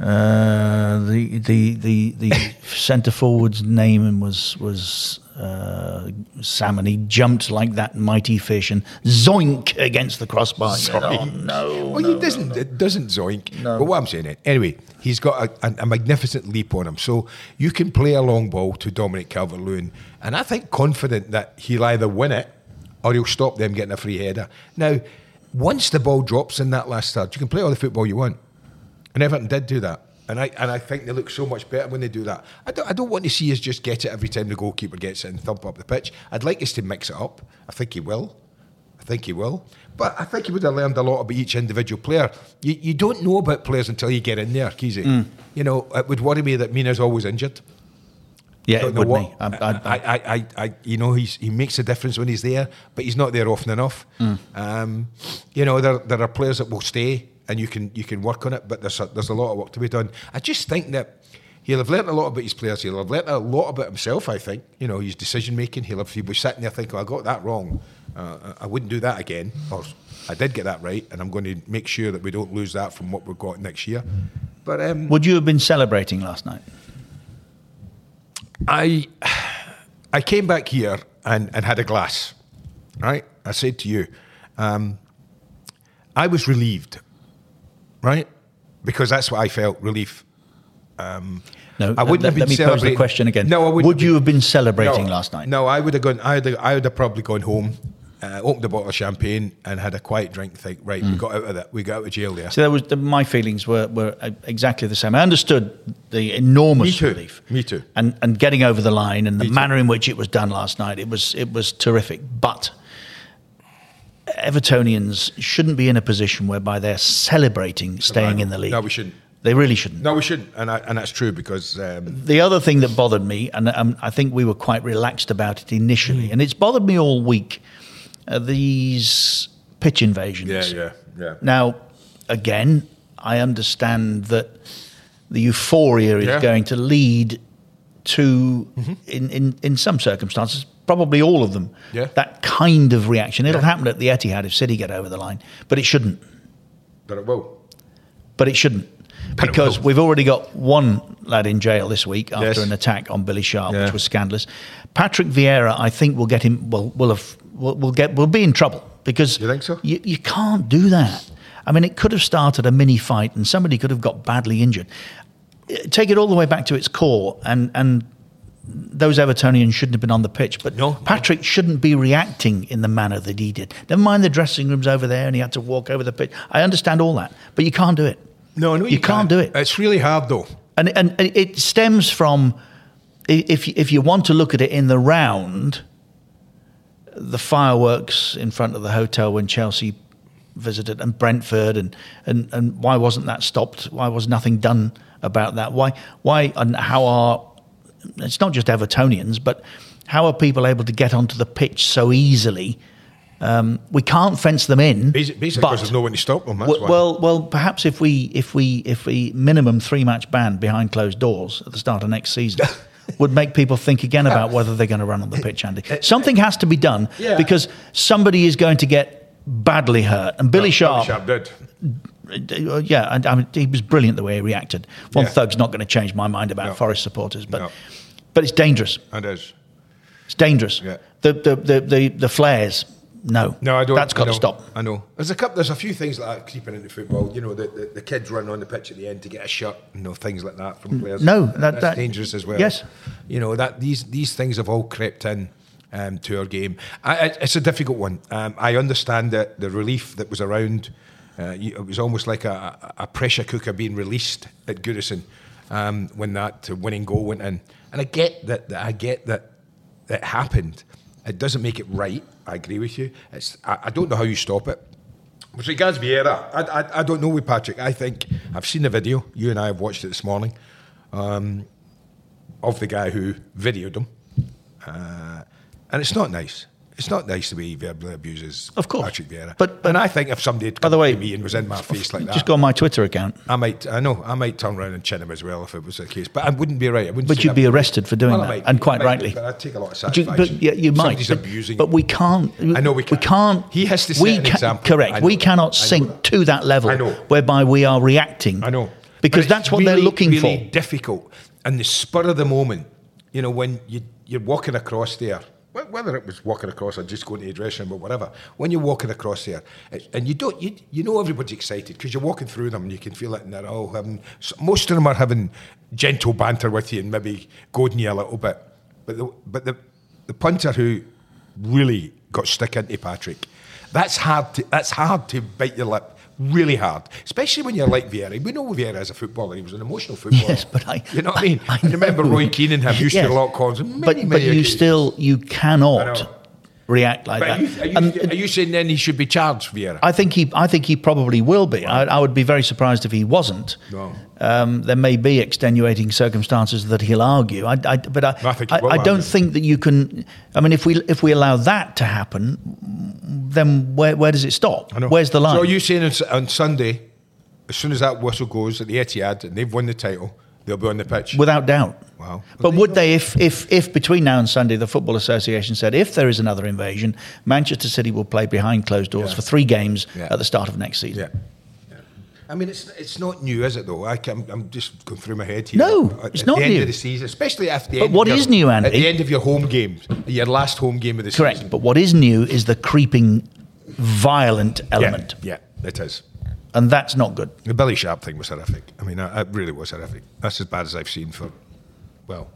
[SPEAKER 2] uh, the the the the centre forward's name was was uh, Salmon. He jumped like that mighty fish and zoink against the crossbar. You know, Oh no!
[SPEAKER 3] Well, he doesn't. It doesn't zoink.
[SPEAKER 2] No.
[SPEAKER 3] But what I'm saying, is, anyway, he's got a, a, a magnificent leap on him. So you can play a long ball to Dominic Calvert-Lewin, and I think confident that he'll either win it or he'll stop them getting a free header. Now, once the ball drops in that last third, you can play all the football you want. And Everton did do that. And I and I think they look so much better when they do that. I don't, I don't want to see us just get it every time the goalkeeper gets it and thump up the pitch. I'd like us to mix it up. I think he will. I think he will. But I think he would have learned a lot about each individual player. You, you don't know about players until you get in there, Kizzy. You know, it would worry me that Mina's always injured.
[SPEAKER 2] yeah, it
[SPEAKER 3] Don't know
[SPEAKER 2] would
[SPEAKER 3] what-
[SPEAKER 2] me. I, I,
[SPEAKER 3] I, I, I, I, you know, he's, he makes a difference when he's there, but he's not there often enough.
[SPEAKER 2] Mm.
[SPEAKER 3] Um, you know, there, there are players that will stay, and you can you can work on it, but there's a, there's a lot of work to be done. I just think that he'll have learnt a lot about his players. He'll have learnt a lot about himself. I think you know his decision making. He'll have he was sitting there thinking, I got that wrong. Uh, I I wouldn't do that again, or I did get that right, and I'm going to make sure that we don't lose that from what we've got next year. But um,
[SPEAKER 2] would you have been celebrating last night?
[SPEAKER 3] I I came back here and, and had a glass. Right? I said to you, um, I was relieved, right? Because that's what I felt relief.
[SPEAKER 2] No, uh,
[SPEAKER 3] I wouldn't have
[SPEAKER 2] let,
[SPEAKER 3] been
[SPEAKER 2] let me pose the
[SPEAKER 3] celebrating.
[SPEAKER 2] question again.
[SPEAKER 3] No, I wouldn't
[SPEAKER 2] Would
[SPEAKER 3] have
[SPEAKER 2] you
[SPEAKER 3] been.
[SPEAKER 2] have been celebrating last night?
[SPEAKER 3] No, I would have gone. I would have, I would have probably gone home, uh, opened a bottle of champagne, and had a quiet drink. Think, right,
[SPEAKER 2] Mm.
[SPEAKER 3] we got out of that. We got out of jail there.
[SPEAKER 2] So there was the, my feelings were were uh, exactly the same. I understood the enormous
[SPEAKER 3] Me too.
[SPEAKER 2] relief.
[SPEAKER 3] Me too.
[SPEAKER 2] And and getting over the line and the manner in which it was done last night. It was it was terrific. But Evertonians shouldn't be in a position whereby they're celebrating staying in the league.
[SPEAKER 3] No, we shouldn't.
[SPEAKER 2] They really shouldn't.
[SPEAKER 3] No, we shouldn't. And I, and that's true because um,
[SPEAKER 2] The other thing that bothered me, and um, I think we were quite relaxed about it initially,
[SPEAKER 3] Mm.
[SPEAKER 2] and it's bothered me all week, are these pitch invasions.
[SPEAKER 3] yeah, yeah, yeah.
[SPEAKER 2] Now, again, I understand that the euphoria is
[SPEAKER 3] Yeah. Mm-hmm.
[SPEAKER 2] going to lead to, in, in, in some circumstances, probably all of them,
[SPEAKER 3] Yeah.
[SPEAKER 2] that kind of reaction. It'll
[SPEAKER 3] Yeah.
[SPEAKER 2] happen at the Etihad if City get over the line, but it shouldn't.
[SPEAKER 3] But it will.
[SPEAKER 2] But it shouldn't.
[SPEAKER 3] But it
[SPEAKER 2] Because
[SPEAKER 3] will.
[SPEAKER 2] we've already got one lad in jail this week after
[SPEAKER 3] Yes.
[SPEAKER 2] an attack on Billy Sharp,
[SPEAKER 3] Yeah.
[SPEAKER 2] which was scandalous. Patrick Vieira, I think, will get him. Will will have will, will get will be in trouble because
[SPEAKER 3] You think so?
[SPEAKER 2] You, you can't do that. I mean, it could have started a mini fight, and somebody could have got badly injured. Uh, Take it all the way back to its core, and and those Evertonians shouldn't have been on the pitch. But
[SPEAKER 3] No.
[SPEAKER 2] Patrick shouldn't be reacting in the manner that he did. Never mind the dressing rooms over there, and he had to walk over the pitch. I understand all that, but you can't do it.
[SPEAKER 3] No, no,
[SPEAKER 2] you, can't do it
[SPEAKER 3] It's really hard though.
[SPEAKER 2] and and and it stems from i- if you- if you want to look at it in the round, the fireworks in front of the hotel when Chelsea visited and Brentford and and and why wasn't that stopped? Why was nothing done about that? Why why and how are it's not just Evertonians, but how are people able to get onto the pitch so easily Um, we can't fence them in.
[SPEAKER 3] Basically, basically
[SPEAKER 2] but-
[SPEAKER 3] because there's no one to stop them. That's
[SPEAKER 2] well,
[SPEAKER 3] why.
[SPEAKER 2] well, well, perhaps if we if we if we minimum three match ban behind closed doors at the start of next season. Would make people think again about whether they're going to run on the pitch, Andy. Something has to be done
[SPEAKER 3] Yeah.
[SPEAKER 2] because somebody is going to get badly hurt. And Billy Sharp,
[SPEAKER 3] Sharp did.
[SPEAKER 2] uh, yeah, and I mean, he was brilliant the way he reacted. One
[SPEAKER 3] Yeah.
[SPEAKER 2] thug's not going to change my mind about
[SPEAKER 3] No.
[SPEAKER 2] Forest supporters, but
[SPEAKER 3] No.
[SPEAKER 2] but it's dangerous.
[SPEAKER 3] And is.
[SPEAKER 2] It's dangerous.
[SPEAKER 3] Yeah.
[SPEAKER 2] The, the the the the flares. No,
[SPEAKER 3] No, I don't.
[SPEAKER 2] That's got
[SPEAKER 3] I
[SPEAKER 2] to
[SPEAKER 3] know,
[SPEAKER 2] stop.
[SPEAKER 3] I know. There's a couple. There's a few things like that creeping into football. You know, the, the, the kids run on the pitch at the end to get a shot. You know, things like that from players.
[SPEAKER 2] no, that-
[SPEAKER 3] that's
[SPEAKER 2] that-
[SPEAKER 3] dangerous as well.
[SPEAKER 2] yes.
[SPEAKER 3] You know that these these things have all crept in um, to our game. I, I, it's a difficult one. Um, I understand that the relief that was around. Uh, you- it was almost like a, a a pressure cooker being released at Goodison um, when that winning goal went in. And I get that. that I get that it happened. It doesn't make it right. I agree with you. It's, I, I don't know how you stop it. With regards to Vieira, I, I, I don't know with Patrick. I think I've seen the video. You and I have watched it this morning um, of the guy who videoed him, uh, and it's not nice. It's not nice the way he verbally abuses
[SPEAKER 2] Of course.
[SPEAKER 3] Patrick Vieira.
[SPEAKER 2] But- but-
[SPEAKER 3] and I think if somebody had
[SPEAKER 2] By
[SPEAKER 3] come
[SPEAKER 2] the way,
[SPEAKER 3] to me and was in my face like that,
[SPEAKER 2] Just go on my Twitter account.
[SPEAKER 3] I might. I know. I might turn around and chin him as well if it was the case. But I wouldn't be right. I wouldn't.
[SPEAKER 2] But
[SPEAKER 3] say
[SPEAKER 2] you'd
[SPEAKER 3] that.
[SPEAKER 2] be arrested for doing
[SPEAKER 3] Well, I
[SPEAKER 2] that,
[SPEAKER 3] might
[SPEAKER 2] and
[SPEAKER 3] be,
[SPEAKER 2] quite
[SPEAKER 3] I might be,
[SPEAKER 2] rightly.
[SPEAKER 3] but I'd take a lot of
[SPEAKER 2] But you- but
[SPEAKER 3] satisfaction.
[SPEAKER 2] yeah, you might.
[SPEAKER 3] Somebody's
[SPEAKER 2] but,
[SPEAKER 3] abusing
[SPEAKER 2] but
[SPEAKER 3] him.
[SPEAKER 2] we can't.
[SPEAKER 3] I know we can't.
[SPEAKER 2] can't.
[SPEAKER 3] He has to set
[SPEAKER 2] we
[SPEAKER 3] an
[SPEAKER 2] can't-
[SPEAKER 3] example. I
[SPEAKER 2] Correct.
[SPEAKER 3] know
[SPEAKER 2] We
[SPEAKER 3] that.
[SPEAKER 2] cannot
[SPEAKER 3] I know
[SPEAKER 2] sink
[SPEAKER 3] that.
[SPEAKER 2] to that level
[SPEAKER 3] I know.
[SPEAKER 2] whereby we are reacting.
[SPEAKER 3] I know. But
[SPEAKER 2] Because
[SPEAKER 3] it's
[SPEAKER 2] that's what
[SPEAKER 3] really,
[SPEAKER 2] they're looking
[SPEAKER 3] really
[SPEAKER 2] for.
[SPEAKER 3] Difficult and the spur of the moment. You know when you you're walking across there. wh- Whether it was walking across or just going to the dressing room or whatever, when you're walking across there, it- and you don't, you, you know everybody's excited because you're walking through them and you can feel it, and they're all having. s- Most of them are having gentle banter with you and maybe goading you a little bit. But the, but the the punter who really got stuck into Patrick, that's hard. To, that's hard to bite your lip. Really hard, especially when you're like Vieira. We know Vieira as a footballer; he was an emotional footballer.
[SPEAKER 2] Yes, but I.
[SPEAKER 3] you know what I mean.
[SPEAKER 2] I,
[SPEAKER 3] I, remember
[SPEAKER 2] know.
[SPEAKER 3] Roy Keane and him used
[SPEAKER 2] Yes.
[SPEAKER 3] to lock horns. on Many,
[SPEAKER 2] but
[SPEAKER 3] many
[SPEAKER 2] but you
[SPEAKER 3] occasions.
[SPEAKER 2] still
[SPEAKER 3] I
[SPEAKER 2] you
[SPEAKER 3] know.
[SPEAKER 2] cannot react like
[SPEAKER 3] But
[SPEAKER 2] that.
[SPEAKER 3] are, you, are, you,
[SPEAKER 2] And-
[SPEAKER 3] are you saying then he should be charged, Vieira?
[SPEAKER 2] I think he. I think he probably will be. I, I would be very surprised if he wasn't.
[SPEAKER 3] No.
[SPEAKER 2] Um, there may be extenuating circumstances that he'll argue. I, I- but I,
[SPEAKER 3] I think he will
[SPEAKER 2] don't
[SPEAKER 3] argue.
[SPEAKER 2] think that you can. I mean, if we if we allow that to happen, then where where does it stop?
[SPEAKER 3] I know.
[SPEAKER 2] Where's the line?
[SPEAKER 3] So are you saying on, S- on Sunday, as soon as that whistle goes at the Etihad and they've won the title, they'll be on the pitch?
[SPEAKER 2] Without doubt.
[SPEAKER 3] Wow.
[SPEAKER 2] But would they, if, if, if between now and Sunday, the Football Association said if there is another invasion, Manchester City will play behind closed doors
[SPEAKER 3] Yeah.
[SPEAKER 2] for three games
[SPEAKER 3] Yeah.
[SPEAKER 2] at the start of next season?
[SPEAKER 3] Yeah. I mean, it's it's not new, is it? Though I can, I'm just going through my head here.
[SPEAKER 2] No,
[SPEAKER 3] At-
[SPEAKER 2] it's
[SPEAKER 3] at
[SPEAKER 2] not
[SPEAKER 3] the end
[SPEAKER 2] new.
[SPEAKER 3] of the season, especially after the
[SPEAKER 2] But
[SPEAKER 3] end.
[SPEAKER 2] what
[SPEAKER 3] of
[SPEAKER 2] is
[SPEAKER 3] your-
[SPEAKER 2] new, Andy?
[SPEAKER 3] At the end of your home games, your last home game of the
[SPEAKER 2] Correct.
[SPEAKER 3] season.
[SPEAKER 2] But what is new is the creeping, violent
[SPEAKER 3] Yeah,
[SPEAKER 2] element.
[SPEAKER 3] Yeah, it is.
[SPEAKER 2] And that's not good.
[SPEAKER 3] The Billy Sharp thing was horrific. I mean, it really was horrific. That's as bad as I've seen for, well,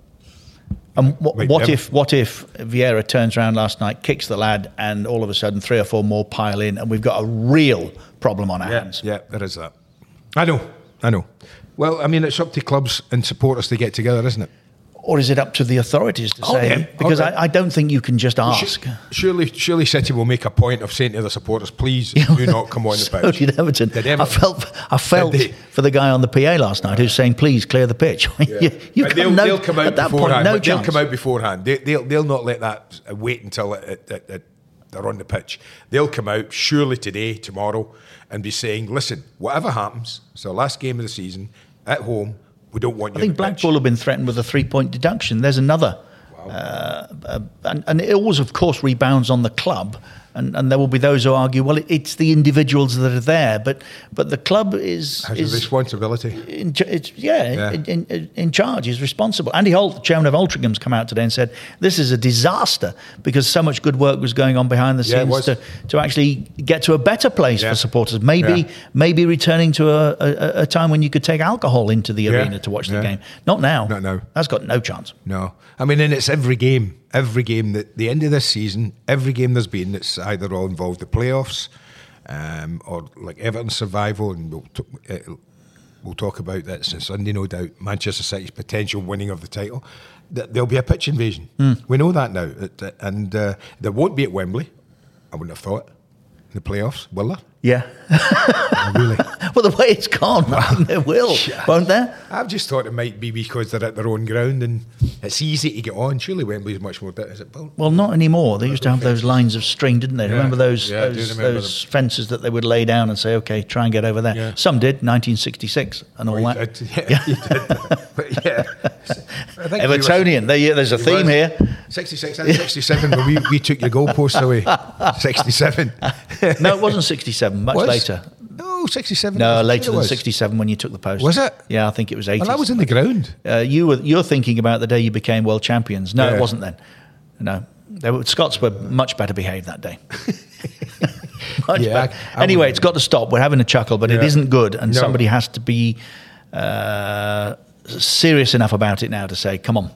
[SPEAKER 2] And what,
[SPEAKER 3] Wait,
[SPEAKER 2] what
[SPEAKER 3] never-
[SPEAKER 2] if what if Vieira turns around last night, kicks the lad, and all of a sudden three or four more pile in, and we've got a real problem on our hands?
[SPEAKER 3] Yeah, there is that. I know, I know. Well, I mean, it's up to clubs and supporters to get together, isn't it?
[SPEAKER 2] Or is it up to the authorities to say?
[SPEAKER 3] Okay,
[SPEAKER 2] Because
[SPEAKER 3] Oh, okay.
[SPEAKER 2] I, I don't think you can just ask.
[SPEAKER 3] Su- Surely, surely City will make a point of saying to the supporters, please do not come on the
[SPEAKER 2] so
[SPEAKER 3] pitch.
[SPEAKER 2] did Everton.
[SPEAKER 3] Did Everton.
[SPEAKER 2] I felt I felt
[SPEAKER 3] Did they?
[SPEAKER 2] for the guy on the PA last night who's saying, "Please clear the pitch." you you
[SPEAKER 3] But
[SPEAKER 2] got
[SPEAKER 3] they'll,
[SPEAKER 2] no,
[SPEAKER 3] they'll come out
[SPEAKER 2] at that
[SPEAKER 3] beforehand.
[SPEAKER 2] point, no
[SPEAKER 3] but they'll
[SPEAKER 2] chance.
[SPEAKER 3] come out beforehand. They, they'll, they'll not let that uh, wait until it, it, it, it, they're on the pitch. They'll come out surely today, tomorrow, and be saying, listen, whatever happens, it's our last game of the season at home. We don't want you.
[SPEAKER 2] I think
[SPEAKER 3] on the pitch."
[SPEAKER 2] Blackpool have been threatened with a three-point deduction. There's another, uh, uh, and, and it always, of course, rebounds on the club. And, and there will be those who argue, well, it, it's the individuals that are there, but but the club is
[SPEAKER 3] has a
[SPEAKER 2] is
[SPEAKER 3] responsibility.
[SPEAKER 2] in, ch- it's, yeah,
[SPEAKER 3] Yeah.
[SPEAKER 2] In, in, in charge is responsible. Andy Holt, chairman of Altringham's, come out today and said this is a disaster because so much good work was going on behind the
[SPEAKER 3] Yeah, it
[SPEAKER 2] scenes
[SPEAKER 3] was.
[SPEAKER 2] to, to actually get to a better place
[SPEAKER 3] Yeah.
[SPEAKER 2] for supporters. Maybe
[SPEAKER 3] Yeah.
[SPEAKER 2] maybe returning to a, a, a time when you could take alcohol into the
[SPEAKER 3] Yeah.
[SPEAKER 2] arena to watch the
[SPEAKER 3] Yeah.
[SPEAKER 2] game. Not now.
[SPEAKER 3] Not now.
[SPEAKER 2] That's got no chance.
[SPEAKER 3] No, I mean, and it's every game, every game that the end of this season, every game there's been that's either all involved the playoffs, um, or like Everton survival, and we'll t- uh, we'll talk about that since Sunday, no doubt. Manchester City's potential winning of the title, Th- there'll be a pitch invasion. We know that now, It- uh, and uh, there won't be at Wembley. I wouldn't have thought in the playoffs, will there?
[SPEAKER 2] Yeah.
[SPEAKER 3] really?
[SPEAKER 2] Well, the way it's gone, there will, won't there?
[SPEAKER 3] I've just thought it might be because they're at their own ground and it's easy to get on. Surely Wembley's much more better. Is it built?
[SPEAKER 2] Well, not anymore. They used to have those lines of string, didn't they? Remember those
[SPEAKER 3] Yeah, I do
[SPEAKER 2] those,
[SPEAKER 3] remember
[SPEAKER 2] those fences that they would lay down and say, "Okay, try and get over there."
[SPEAKER 3] Yeah.
[SPEAKER 2] Some did, 1966, and all
[SPEAKER 3] I-
[SPEAKER 2] that.
[SPEAKER 3] yeah, you did. But yeah. I think we were-
[SPEAKER 2] Evertonian. There, you- there's a
[SPEAKER 3] we
[SPEAKER 2] theme
[SPEAKER 3] were-
[SPEAKER 2] here.
[SPEAKER 3] 66 and 67, but we, we took the goalposts away. 67.
[SPEAKER 2] No, it wasn't 67. Much
[SPEAKER 3] Was?
[SPEAKER 2] later.
[SPEAKER 3] No, 67.
[SPEAKER 2] No,
[SPEAKER 3] I think
[SPEAKER 2] later
[SPEAKER 3] it
[SPEAKER 2] than
[SPEAKER 3] was.
[SPEAKER 2] 67 when you took the post.
[SPEAKER 3] Was it?
[SPEAKER 2] Yeah, I think it was 80.
[SPEAKER 3] Well, I was in the ground.
[SPEAKER 2] Uh, you were you're thinking about the day you became world champions. No, it
[SPEAKER 3] Yeah.
[SPEAKER 2] wasn't then. No, they were, Scots were much better behaved that day. Much
[SPEAKER 3] Yeah,
[SPEAKER 2] better.
[SPEAKER 3] I- I
[SPEAKER 2] anyway,
[SPEAKER 3] would-
[SPEAKER 2] it's got to stop. We're having a chuckle, but it
[SPEAKER 3] Yeah.
[SPEAKER 2] isn't good, and
[SPEAKER 3] No.
[SPEAKER 2] somebody has to be uh, serious enough about it now to say, "Come on."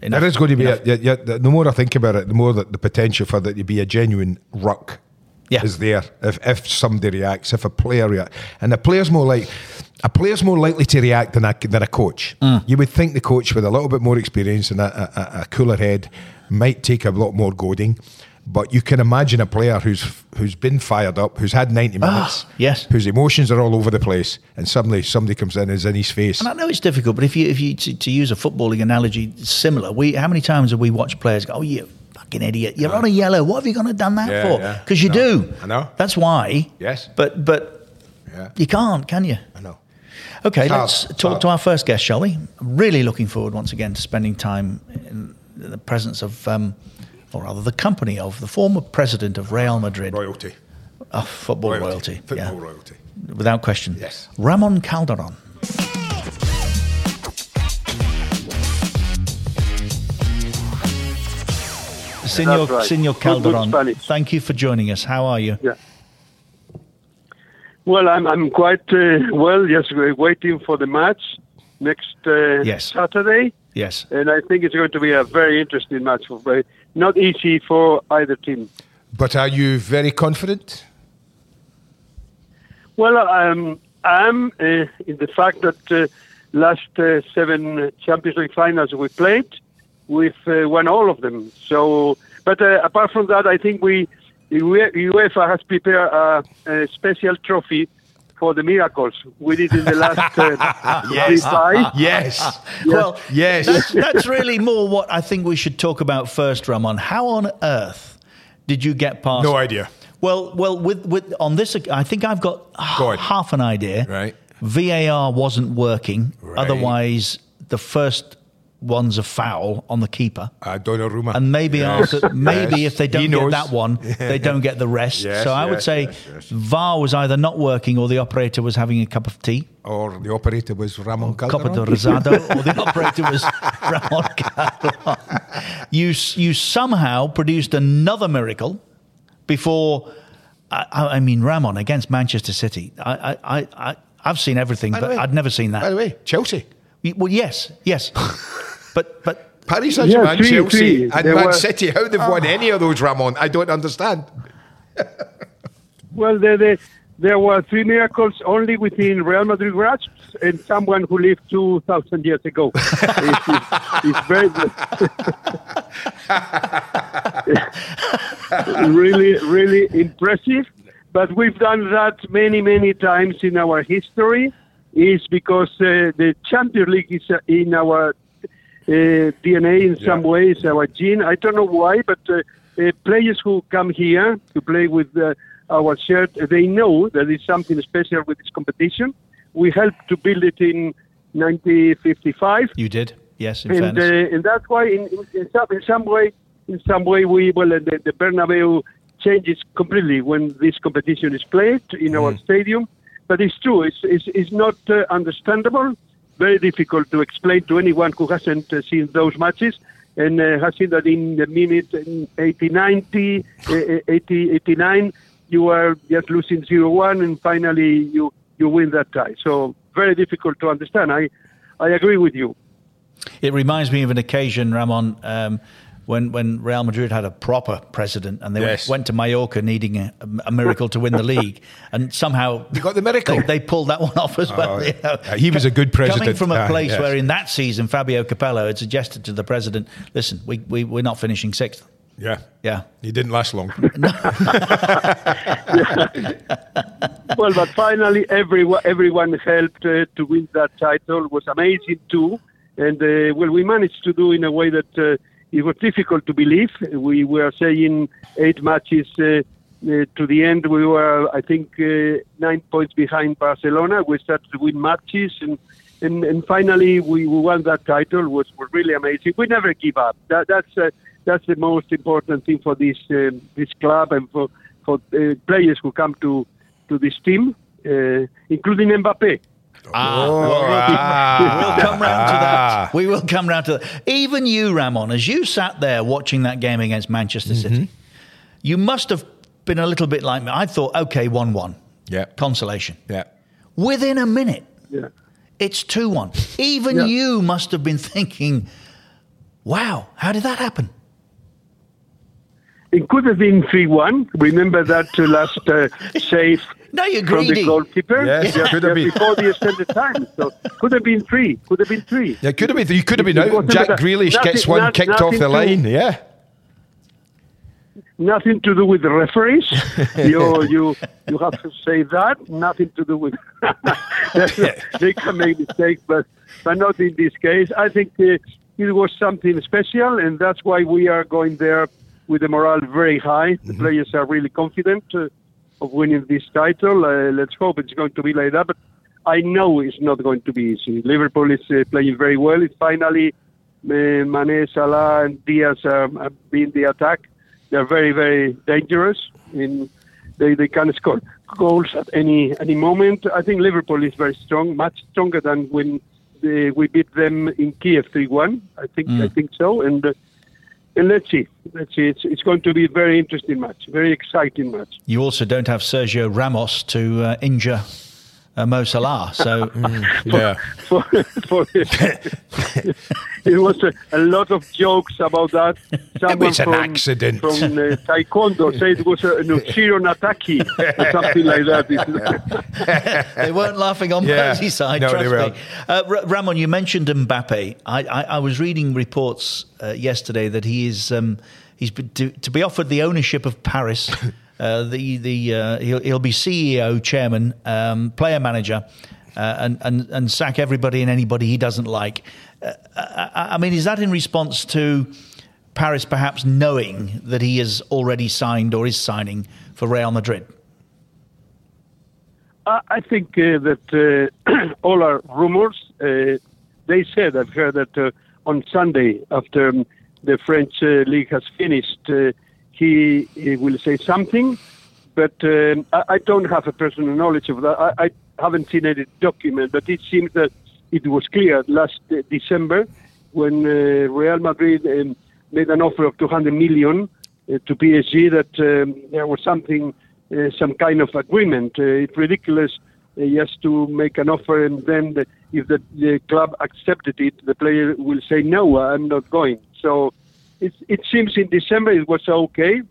[SPEAKER 2] Enough.
[SPEAKER 3] There is going to be, a, yeah, yeah, the the more I think about it, the more that the potential for there to be a genuine ruck
[SPEAKER 2] Yeah.
[SPEAKER 3] is there. If, if somebody reacts, if a player reacts, and a player's more like a player's more likely to react than a than a coach.
[SPEAKER 2] Mm.
[SPEAKER 3] You would think the coach with a little bit more experience and a, a, a cooler head might take a lot more goading. But you can imagine a player who's who's been fired up, who's had ninety minutes,
[SPEAKER 2] Ah, yes.
[SPEAKER 3] whose emotions are all over the place, and suddenly somebody comes in and is in his face.
[SPEAKER 2] And I know it's difficult, but if you if you to, to use a footballing analogy similar, we how many times have we watched players go, "Oh, you fucking idiot! You're on a yellow. What have you gone and done that
[SPEAKER 3] Yeah,
[SPEAKER 2] for?"
[SPEAKER 3] yeah.
[SPEAKER 2] Because you
[SPEAKER 3] I know.
[SPEAKER 2] do.
[SPEAKER 3] I know.
[SPEAKER 2] That's why.
[SPEAKER 3] Yes.
[SPEAKER 2] But but
[SPEAKER 3] Yeah.
[SPEAKER 2] you can't, can you?
[SPEAKER 3] I know.
[SPEAKER 2] Okay,
[SPEAKER 3] Hard,
[SPEAKER 2] let's talk
[SPEAKER 3] hard.
[SPEAKER 2] to our first guest, shall we? I'm really looking forward once again to spending time in the presence of, um, or rather, the company of the former president of Real Madrid,
[SPEAKER 3] Royalty.
[SPEAKER 2] Oh, football royalty, yeah.
[SPEAKER 3] Football royalty.
[SPEAKER 2] without question.
[SPEAKER 3] Yes.
[SPEAKER 2] Ramon Calderon. Senor,
[SPEAKER 4] right.
[SPEAKER 2] Senor
[SPEAKER 4] Good- good
[SPEAKER 2] Calderon,
[SPEAKER 4] Spanish.
[SPEAKER 2] thank you for joining us. How are you?
[SPEAKER 4] Yeah. Well, I'm I'm quite uh, well. Yes, we're waiting for the match next uh,
[SPEAKER 2] Yes.
[SPEAKER 4] Saturday,
[SPEAKER 2] Yes.
[SPEAKER 4] and I think it's going to be a very interesting match. For very, not easy for either team.
[SPEAKER 3] But are you very confident?
[SPEAKER 4] Well, um, I'm uh, in the fact that uh, last uh, seven Champions League finals we played, we've uh, won all of them. So, but uh, apart from that, I think we UEFA has prepared a, a special trophy for the miracles we did in the last uh, three fights.
[SPEAKER 3] Yes.
[SPEAKER 2] Well,
[SPEAKER 3] Yes.
[SPEAKER 2] that's, that's really more what I think we should talk about first, Ramon. How on earth did you get past?
[SPEAKER 3] No idea.
[SPEAKER 2] Well, well, with, with on this, I think I've got h-
[SPEAKER 3] Go on.
[SPEAKER 2] half an idea.
[SPEAKER 3] Right.
[SPEAKER 2] VAR wasn't working.
[SPEAKER 3] Right.
[SPEAKER 2] Otherwise, the first one's a foul on the keeper.
[SPEAKER 3] Uh, Donnarumma.
[SPEAKER 2] And maybe
[SPEAKER 3] Yes.
[SPEAKER 2] after, maybe
[SPEAKER 3] Yes.
[SPEAKER 2] if they
[SPEAKER 3] He
[SPEAKER 2] don't
[SPEAKER 3] knows.
[SPEAKER 2] get that one, they don't get the rest.
[SPEAKER 3] Yes,
[SPEAKER 2] so I would
[SPEAKER 3] yes,
[SPEAKER 2] say
[SPEAKER 3] yes, yes.
[SPEAKER 2] VAR was either not working or the operator was having a cup of tea.
[SPEAKER 3] Or the operator was Ramon
[SPEAKER 2] Copa
[SPEAKER 3] Calderon.
[SPEAKER 2] de Rosado, or the operator was Ramon Calderon. You, you somehow produced another miracle before. I, I I mean, Ramon against Manchester City. I, I, I, I, I've seen everything,
[SPEAKER 3] By the
[SPEAKER 2] but
[SPEAKER 3] way-
[SPEAKER 2] I'd never seen
[SPEAKER 3] By the
[SPEAKER 2] that.
[SPEAKER 3] way, Chelsea.
[SPEAKER 2] Well, yes, yes, but but
[SPEAKER 3] Paris Saint-Germain,
[SPEAKER 4] Yeah, three,
[SPEAKER 3] Chelsea
[SPEAKER 4] three.
[SPEAKER 3] and
[SPEAKER 4] They
[SPEAKER 3] Man
[SPEAKER 4] were- Ah.
[SPEAKER 3] City. How they've won any of those, Ramon? I don't understand.
[SPEAKER 4] Well, there, there, there were three miracles only within Real Madrid grasp and someone who lived 2,000 years ago. it's, it's- it's very. really, really impressive. But we've done that many, many times in our history. Is because uh, the Champions League is uh, in our uh, DNA in some ways, our gene. I don't know why, but uh, uh, players who come here to play with uh, our shirt, uh, they know that it's something special with this competition. We helped to build it in 1955
[SPEAKER 2] you did. Yes, in
[SPEAKER 4] and, uh,
[SPEAKER 2] fairness.
[SPEAKER 4] and that's why in, in, in, some, in some way in some way we well uh, the, the Bernabeu changes completely when this competition is played in
[SPEAKER 2] Mm.
[SPEAKER 4] our stadium but it's true it's, it's, it's not uh, understandable very difficult to explain to anyone who hasn't uh, seen those matches and uh, has seen that in the minute in 80 90 uh, 80 89 you are just losing 0-1 and finally you you win that tie so very difficult to understand i i agree with you
[SPEAKER 2] It reminds me of an occasion, Ramon, um, when when Real Madrid had a proper president and they went-
[SPEAKER 3] Yes.
[SPEAKER 2] went, to Mallorca needing a, a miracle to win the league, and somehow
[SPEAKER 3] They got the miracle.
[SPEAKER 2] They, they pulled that one off as well.
[SPEAKER 3] Oh,
[SPEAKER 2] you know.
[SPEAKER 3] yeah, he was a good
[SPEAKER 2] Coming
[SPEAKER 3] president.
[SPEAKER 2] from a
[SPEAKER 3] Ah,
[SPEAKER 2] place
[SPEAKER 3] yes.
[SPEAKER 2] where, in that season, Fabio Capello had suggested to the president, "Listen, we, we we're not finishing sixth.
[SPEAKER 3] Yeah.
[SPEAKER 2] Yeah,
[SPEAKER 3] He didn't last long.
[SPEAKER 4] well, but finally, everyone everyone helped uh, to win that title. It was amazing too, and uh, well, we managed to do in a way that uh, it was difficult to believe. We were saying eight matches. Uh, uh, to the end, we were, I think, uh, nine points behind Barcelona. We started to win matches, and and, and finally we, we won that title. It was was really amazing. We never give up. That, that's uh, that's the most important thing for this um, this club and for for uh, players who come to to this team, uh, including Mbappe.
[SPEAKER 2] Ah,
[SPEAKER 3] Oh,
[SPEAKER 2] well, we'll, be-
[SPEAKER 3] ah,
[SPEAKER 2] we'll come round to
[SPEAKER 3] ah.
[SPEAKER 2] that. We will come round to that. Even you, Ramon, as you sat there watching that game against Manchester City,
[SPEAKER 3] Mm-hmm.
[SPEAKER 2] you must have been a little bit like me. I thought, okay, 1 1.
[SPEAKER 3] Yeah.
[SPEAKER 2] Consolation.
[SPEAKER 3] Yeah.
[SPEAKER 2] Within a minute,
[SPEAKER 4] Yeah.
[SPEAKER 2] it's 2 1. Even
[SPEAKER 4] Yeah.
[SPEAKER 2] you must have been thinking, wow, how did that happen?
[SPEAKER 4] It could have been 3 1. Remember that uh, last uh, save
[SPEAKER 2] No, you're
[SPEAKER 4] from the
[SPEAKER 2] greedy.
[SPEAKER 4] goalkeeper?
[SPEAKER 3] Yes,
[SPEAKER 4] just,
[SPEAKER 3] could have been.
[SPEAKER 4] Before the extended time. So could have been 3. Could have been 3.
[SPEAKER 3] Yeah, it could have been. You could have been
[SPEAKER 4] It
[SPEAKER 3] out.
[SPEAKER 4] wasn't
[SPEAKER 3] Jack
[SPEAKER 4] that-
[SPEAKER 3] Grealish
[SPEAKER 4] nothing-
[SPEAKER 3] gets one
[SPEAKER 4] not-
[SPEAKER 3] kicked off
[SPEAKER 4] nothing
[SPEAKER 3] the
[SPEAKER 4] to-
[SPEAKER 3] line. Yeah.
[SPEAKER 4] Nothing to do with the referees. you, you, you have to say that. Nothing to do with. they can make mistakes, but, but not in this case. I think uh, it was something special, and that's why we are going there with the morale very high. The players are really confident uh, of winning this title. Uh, let's hope it's going to be like that. But I know it's not going to be easy. Liverpool is uh, playing very well. It's finally uh, Mane, Salah, and Diaz um, have been the attack. They're very, very dangerous. In they, they can score goals at any any moment. I think Liverpool is very strong, much stronger than when they, we beat them in Kiev three one. I think I think so. And uh, and let's see, let's see. It's it's going to be a very interesting match, very exciting match.
[SPEAKER 2] You also don't have Sergio Ramos to uh, injure uh, Mo Salah. So,
[SPEAKER 3] Mm. Yeah.
[SPEAKER 4] for, for it was a, a lot of jokes about that. Someone
[SPEAKER 3] was an
[SPEAKER 4] from,
[SPEAKER 3] accident.
[SPEAKER 4] From uh, Taekwondo said it was a, an Ushiro Nataki or something like that. It's-
[SPEAKER 2] they weren't laughing on
[SPEAKER 3] Yeah.
[SPEAKER 2] Merseyside,
[SPEAKER 3] No, they
[SPEAKER 2] trust
[SPEAKER 3] weren't.
[SPEAKER 2] me. Uh, R- Ramon, you mentioned Mbappe. I, I, I was reading reports uh, yesterday that he is um, he's been to, to be offered the ownership of Paris. Uh, the the uh, he'll, he'll be CEO, chairman, um, player manager, uh, and, and and sack everybody and anybody he doesn't like. Uh, I, I- I mean, is that in response to Paris perhaps knowing that he has already signed or is signing for Real Madrid?
[SPEAKER 4] I I think uh, that uh, all our rumors, uh, they said, I've heard that uh, on Sunday, after um, the French uh, league has finished, uh, he, he will say something. But um, I, I don't have a personal knowledge of that. I, I haven't seen any document, but it seems that it was clear last uh, December when uh, Real Madrid um, made an offer of 200 million uh, to PSG that um, there was something, uh, some kind of agreement. Uh, it's ridiculous uh, just to make an offer and then the, if the, the club accepted it, the player will say no, I'm not going. So it, it seems in December it was okay,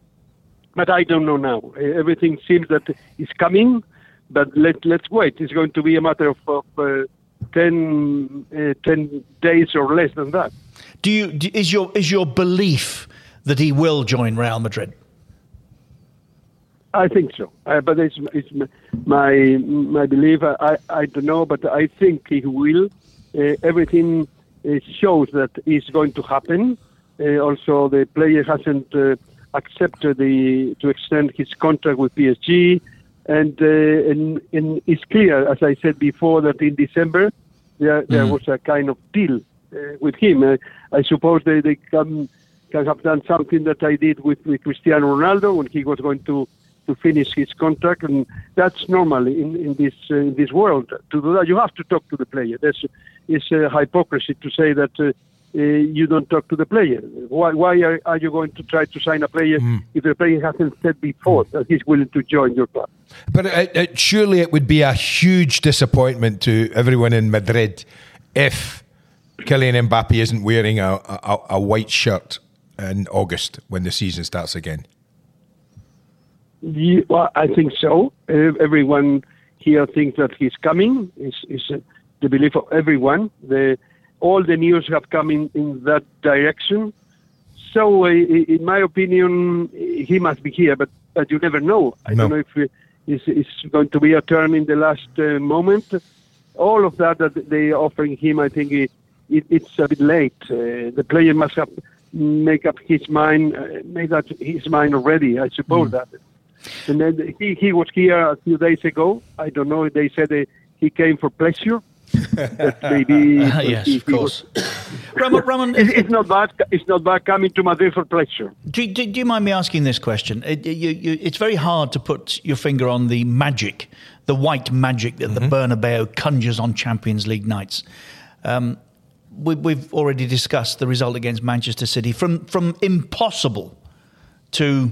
[SPEAKER 4] but I don't know now. Uh, Everything seems that it's coming, but let, let's wait. It's going to be a matter of, of uh, 10, uh, 10 days or less than that.
[SPEAKER 2] Do you do, is your is your belief that he will join Real Madrid?
[SPEAKER 4] I think so, uh, but it's, it's m- my my belief. I, I I don't know, but I think he will. Uh, everything uh, shows that is going to happen. Uh, also, the player hasn't uh, accepted the to extend his contract with PSG, and uh, and, and it's clear, as I said before, that in December there there was a kind of deal uh, with him. Uh, I suppose they they come can have done something that I did with, with Cristiano Ronaldo when he was going to, to finish his contract, and that's normal in, in this uh, in this world. To do that, you have to talk to the player. There's it's a hypocrisy to say that uh, uh, you don't talk to the player. Why why are, are you going to try to sign a player if the player hasn't said before that he's willing to join your club?
[SPEAKER 3] But it, it, surely it would be a huge disappointment to everyone in Madrid if Kylian Mbappe isn't wearing a, a, a white shirt in August when the season starts again.
[SPEAKER 4] Ye- well, I think so. Ev- Everyone here thinks that he's coming. Is is uh, the belief of everyone. The all the news have come in, in that direction. So, uh, i- in my opinion, he must be here. But but you never know.
[SPEAKER 3] No.
[SPEAKER 4] I don't know if uh, It's, it's going to be a turn in the last uh, moment. All of that that they offering him, I think it, it, it's a bit late. Uh, the player must have make up his mind, uh, made up his mind already. I suppose that. And then he, he was here a few days ago. I don't know. They said uh, he came for pleasure. But maybe
[SPEAKER 2] yes,
[SPEAKER 4] he-
[SPEAKER 2] of
[SPEAKER 4] he was-
[SPEAKER 2] course. Ramon, Ramon
[SPEAKER 4] it's, it's not bad. It's not bad coming to Madrid for pleasure.
[SPEAKER 2] do, do, do you mind me asking this question? It, you, you, it's very hard to put your finger on the magic, the white magic that the Bernabeu conjures on Champions League nights. Um, we, we've already discussed the result against Manchester City from, from impossible to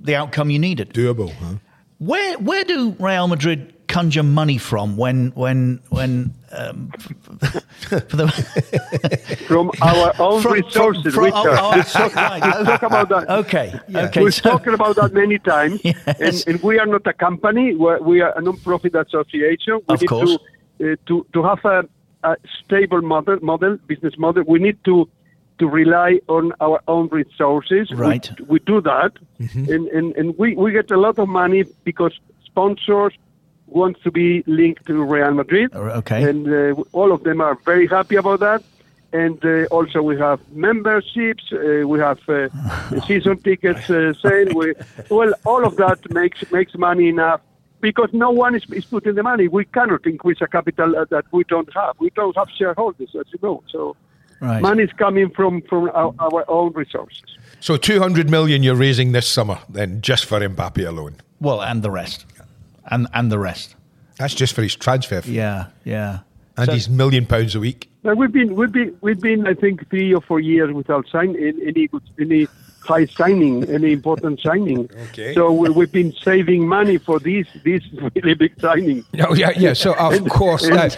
[SPEAKER 2] the outcome you needed.
[SPEAKER 3] Doable, huh?
[SPEAKER 2] Where where do Real Madrid conjure money from when when when um, for the
[SPEAKER 4] From our own
[SPEAKER 2] from-
[SPEAKER 4] resources,
[SPEAKER 2] from-
[SPEAKER 4] Richard.
[SPEAKER 2] oh, oh, right, oh,
[SPEAKER 4] Let's talk about that.
[SPEAKER 2] Okay, okay.
[SPEAKER 4] We've
[SPEAKER 2] so-
[SPEAKER 4] talked about that many times,
[SPEAKER 2] Yes.
[SPEAKER 4] and, and we are not a company. We're, we are a non-profit association. We
[SPEAKER 2] Of
[SPEAKER 4] need
[SPEAKER 2] course.
[SPEAKER 4] to uh, to to have a, a stable model, model business model. We need to to rely on our own resources. We-
[SPEAKER 2] Right. Mm-hmm.
[SPEAKER 4] We, do that, and, and and we we get a lot of money because sponsors want to be linked to Real Madrid.
[SPEAKER 2] Okay.
[SPEAKER 4] And and uh, all of them are very happy about that. And uh, also we have memberships, uh, we have uh, season tickets uh, sale. We, well, all of that makes makes money enough because no one is, is putting the money. We cannot increase a capital uh, that we don't have. We don't have shareholders, as you know. So
[SPEAKER 2] Right.
[SPEAKER 4] money is coming from from our, our own resources.
[SPEAKER 3] So 200 million you're raising this summer, then just for Mbappe alone.
[SPEAKER 2] well, and the rest, and and the rest.
[SPEAKER 3] That's just for his transfer fee
[SPEAKER 2] Yeah, yeah.
[SPEAKER 3] and
[SPEAKER 2] So-
[SPEAKER 3] his million pounds a week.
[SPEAKER 4] Now, we've been we've been we've been I think three or four years without sign an- any good any high signing any important signing.
[SPEAKER 3] Okay.
[SPEAKER 4] So we, we've been saving money for this this really big signing.
[SPEAKER 3] Oh yeah, yeah. So of course, now,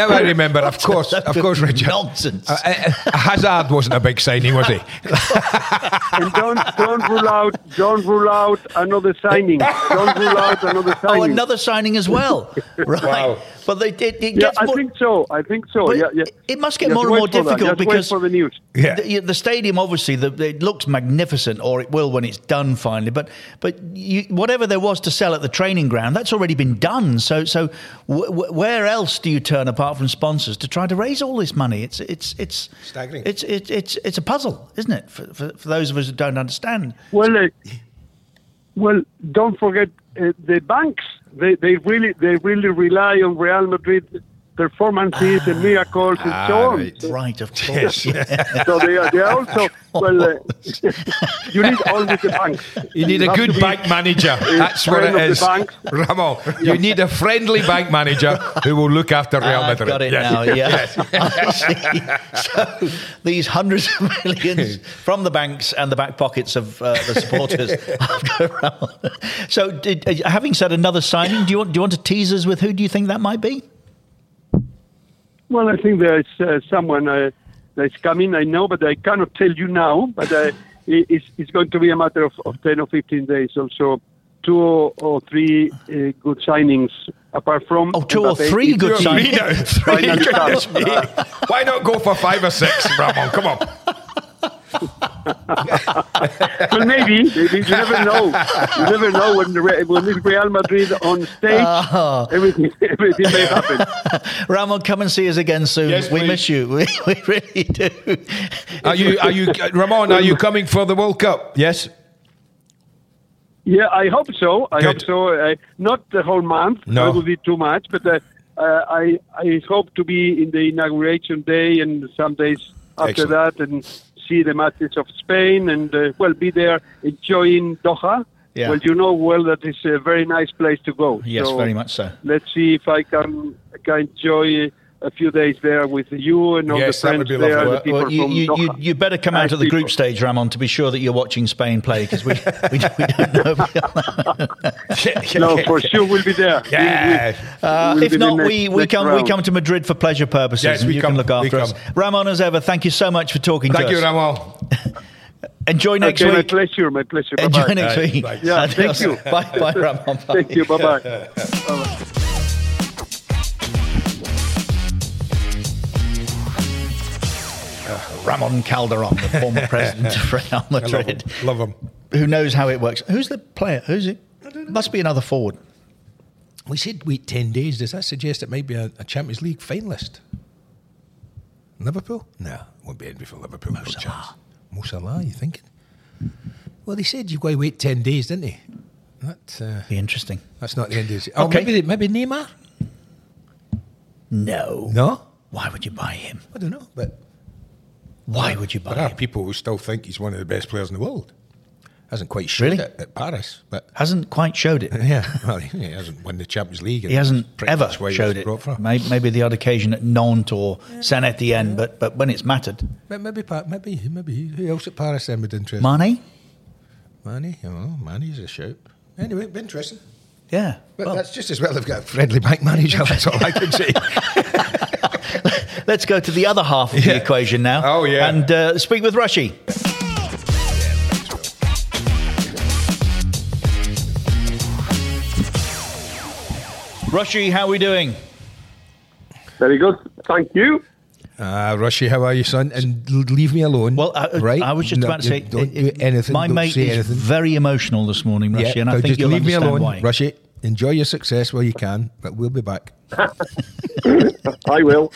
[SPEAKER 3] now I remember. Of course, of course, Richard.
[SPEAKER 2] nonsense.
[SPEAKER 3] Uh, uh, uh, Hazard wasn't a big signing, was he?
[SPEAKER 4] And don't don't rule out don't rule out another signing. Don't rule out another signing.
[SPEAKER 2] Oh, another signing as well. Right. But they, it, it
[SPEAKER 4] yeah,
[SPEAKER 2] gets
[SPEAKER 4] I
[SPEAKER 2] more.
[SPEAKER 4] think so. I think so.
[SPEAKER 2] but
[SPEAKER 4] Yeah, yeah.
[SPEAKER 2] it- It must get
[SPEAKER 4] Just
[SPEAKER 2] more and
[SPEAKER 4] wait
[SPEAKER 2] more
[SPEAKER 4] for that.
[SPEAKER 2] difficult
[SPEAKER 4] Just wait
[SPEAKER 2] because
[SPEAKER 4] for the news.
[SPEAKER 3] Yeah.
[SPEAKER 2] the, the stadium obviously the, it looks magnificent, or it will when it's done finally. But but you, whatever there was to sell at the training ground, that's already been done. So so wh- wh- where else do you turn apart from sponsors to try to raise all this money? It's it's it's
[SPEAKER 3] Staggering.
[SPEAKER 2] It's it's it's, it's a puzzle, isn't it? For, for, for those of us who don't understand.
[SPEAKER 4] Well, uh, well, don't forget uh, the banks. They, they really they really rely on Real Madrid performances and miracles and so
[SPEAKER 3] Ah,
[SPEAKER 4] on.
[SPEAKER 3] right.
[SPEAKER 4] So-
[SPEAKER 2] Right, of course.
[SPEAKER 4] So they are, they are also well. Uh, you need always the banks.
[SPEAKER 3] You need a
[SPEAKER 4] have to
[SPEAKER 3] good
[SPEAKER 4] be-
[SPEAKER 3] bank manager. That's what
[SPEAKER 4] friend
[SPEAKER 3] it
[SPEAKER 4] of the
[SPEAKER 3] is.
[SPEAKER 4] bank.
[SPEAKER 3] Ramon, you need a friendly bank manager who will look after Real
[SPEAKER 2] Ah, I've
[SPEAKER 3] Madrid.
[SPEAKER 2] got it
[SPEAKER 3] Yes.
[SPEAKER 2] now. Yeah. so these hundreds of millions from the banks and the back pockets of uh, the supporters. I've got around. so, did, uh, having said another signing, do you want do you want to tease us with who do you think that might be?
[SPEAKER 4] Well, I think there is uh, someone uh, that's coming. I know, but I cannot tell you now. But uh, it- it's, it's going to be a matter of, of ten or fifteen days. Also, two or, or three uh, good signings. Apart from
[SPEAKER 2] Oh, two or
[SPEAKER 4] Mbappe,
[SPEAKER 2] three
[SPEAKER 4] if
[SPEAKER 2] good
[SPEAKER 4] you-
[SPEAKER 3] You're me
[SPEAKER 2] signings.
[SPEAKER 3] now. Three,
[SPEAKER 4] Finally
[SPEAKER 3] goodness
[SPEAKER 4] done.
[SPEAKER 3] me. Why not go for five or six, Ramon? Come on.
[SPEAKER 4] well, maybe, maybe you never know. You never know when the Re- when it's Real Madrid on stage,
[SPEAKER 2] Oh.
[SPEAKER 4] everything everything may happen.
[SPEAKER 2] Ramon, come and see us again soon.
[SPEAKER 3] Yes,
[SPEAKER 2] we
[SPEAKER 3] please.
[SPEAKER 2] miss you. We, we really do.
[SPEAKER 3] Are you, are you, Ramon, are you coming for the World Cup? Yes.
[SPEAKER 4] Yeah, I hope so. I
[SPEAKER 3] Good.
[SPEAKER 4] hope so. Uh, not the whole month.
[SPEAKER 3] No.
[SPEAKER 4] that would be too much. But uh, uh, I I hope to be in the inauguration day and some days after
[SPEAKER 3] Excellent.
[SPEAKER 4] that and see the matches of Spain and uh, well be there enjoying Doha.
[SPEAKER 2] Yeah.
[SPEAKER 4] Well, you know well that it's a very nice place to go.
[SPEAKER 2] Yes,
[SPEAKER 4] So
[SPEAKER 2] very much so.
[SPEAKER 4] Let's see if I can can enjoy a few days there with you and all
[SPEAKER 3] Yes,
[SPEAKER 4] the
[SPEAKER 3] that
[SPEAKER 4] friends
[SPEAKER 3] would be
[SPEAKER 4] there.
[SPEAKER 3] lovely.
[SPEAKER 4] The
[SPEAKER 2] Well,
[SPEAKER 4] people
[SPEAKER 2] you,
[SPEAKER 4] from
[SPEAKER 2] you, you,
[SPEAKER 4] Doha.
[SPEAKER 2] you better come out
[SPEAKER 4] Nice
[SPEAKER 2] of the group
[SPEAKER 4] people.
[SPEAKER 2] stage, Ramon, to be sure that you're watching Spain play because we, we, don't- we don't know.
[SPEAKER 4] No, for sure we'll be there. We- we-
[SPEAKER 3] Yeah.
[SPEAKER 2] Uh,
[SPEAKER 4] we'll
[SPEAKER 2] if
[SPEAKER 4] be the
[SPEAKER 2] not,
[SPEAKER 4] next-
[SPEAKER 2] we, we
[SPEAKER 4] next
[SPEAKER 2] come we
[SPEAKER 4] round.
[SPEAKER 2] come to Madrid for pleasure purposes.
[SPEAKER 3] Yes,
[SPEAKER 2] and
[SPEAKER 3] we
[SPEAKER 2] you
[SPEAKER 3] come,
[SPEAKER 2] can look
[SPEAKER 3] we
[SPEAKER 2] after us.
[SPEAKER 3] come.
[SPEAKER 2] Ramon, as ever, thank you so much for talking
[SPEAKER 3] Thank
[SPEAKER 2] to
[SPEAKER 3] you,
[SPEAKER 2] us.
[SPEAKER 3] Ramon.
[SPEAKER 2] Enjoy next
[SPEAKER 4] okay, my
[SPEAKER 2] week.
[SPEAKER 4] pleasure. My pleasure.
[SPEAKER 2] Enjoy
[SPEAKER 4] Bye-bye.
[SPEAKER 2] next
[SPEAKER 3] Right,
[SPEAKER 2] week.
[SPEAKER 3] right.
[SPEAKER 4] Yeah, thank
[SPEAKER 2] Adios.
[SPEAKER 4] you.
[SPEAKER 2] Bye, bye, Ramon. Bye.
[SPEAKER 4] Thank you. Bye bye.
[SPEAKER 2] Ramon Calderon, the former president of Real
[SPEAKER 3] I love him.
[SPEAKER 2] Madrid,
[SPEAKER 3] Love him.
[SPEAKER 2] who knows how it works. Who's the player? Who's it? I don't must be another forward.
[SPEAKER 3] We said wait 10 days. Does that suggest it might be a, a Champions League finalist? Liverpool? No, won't be angry for Liverpool. Mo Salah. Mo Salah, you thinking? Well, they said you've got to wait 10 days, didn't they? That, uh,
[SPEAKER 2] Be interesting.
[SPEAKER 3] that's not the end of the Oh,
[SPEAKER 2] Okay.
[SPEAKER 3] maybe, maybe Neymar?
[SPEAKER 2] No.
[SPEAKER 3] No?
[SPEAKER 2] Why would you buy him?
[SPEAKER 3] I don't know. But
[SPEAKER 2] Why would you buy
[SPEAKER 3] there are
[SPEAKER 2] him?
[SPEAKER 3] people who still think he's one of the best players in the world. Hasn't quite
[SPEAKER 2] Really?
[SPEAKER 3] showed it at Paris, but
[SPEAKER 2] Hasn't quite showed it.
[SPEAKER 3] yeah, well, he hasn't won the Champions League. and
[SPEAKER 2] He hasn't
[SPEAKER 3] that's pretty
[SPEAKER 2] ever
[SPEAKER 3] much why he
[SPEAKER 2] showed
[SPEAKER 3] was
[SPEAKER 2] it.
[SPEAKER 3] brought for.
[SPEAKER 2] Maybe, maybe the odd occasion at Nantes or Saint Etienne, but but when it's mattered,
[SPEAKER 3] But maybe, Pa- maybe, maybe who else at Paris then would interest?
[SPEAKER 2] Mane,
[SPEAKER 3] Manny, oh, Manny's a shout. Anyway, be interesting.
[SPEAKER 2] yeah.
[SPEAKER 3] But
[SPEAKER 2] Well,
[SPEAKER 3] that's just as well. They've got a friendly bank manager. That's all I can say.
[SPEAKER 2] let's go to the other half of
[SPEAKER 3] Yeah.
[SPEAKER 2] the equation now.
[SPEAKER 3] Oh, yeah.
[SPEAKER 2] and uh, speak with Rushy. Rushy, how are we doing?
[SPEAKER 5] Very good. Thank you.
[SPEAKER 3] Ah, Rushy, how are you, son? And l- leave me alone.
[SPEAKER 2] Well, I,
[SPEAKER 3] right?
[SPEAKER 2] I was just
[SPEAKER 3] No,
[SPEAKER 2] about to
[SPEAKER 3] you
[SPEAKER 2] say,
[SPEAKER 3] don't
[SPEAKER 2] it- it-
[SPEAKER 3] do anything.
[SPEAKER 2] My
[SPEAKER 3] don't
[SPEAKER 2] mate
[SPEAKER 3] say
[SPEAKER 2] is
[SPEAKER 3] anything.
[SPEAKER 2] very emotional this morning, Rushy, and I
[SPEAKER 3] no,
[SPEAKER 2] think
[SPEAKER 3] just
[SPEAKER 2] you'll
[SPEAKER 3] leave me
[SPEAKER 2] understand
[SPEAKER 3] alone,
[SPEAKER 2] why.
[SPEAKER 3] Rushy. Enjoy your success while you can, but we'll be back.
[SPEAKER 5] I will.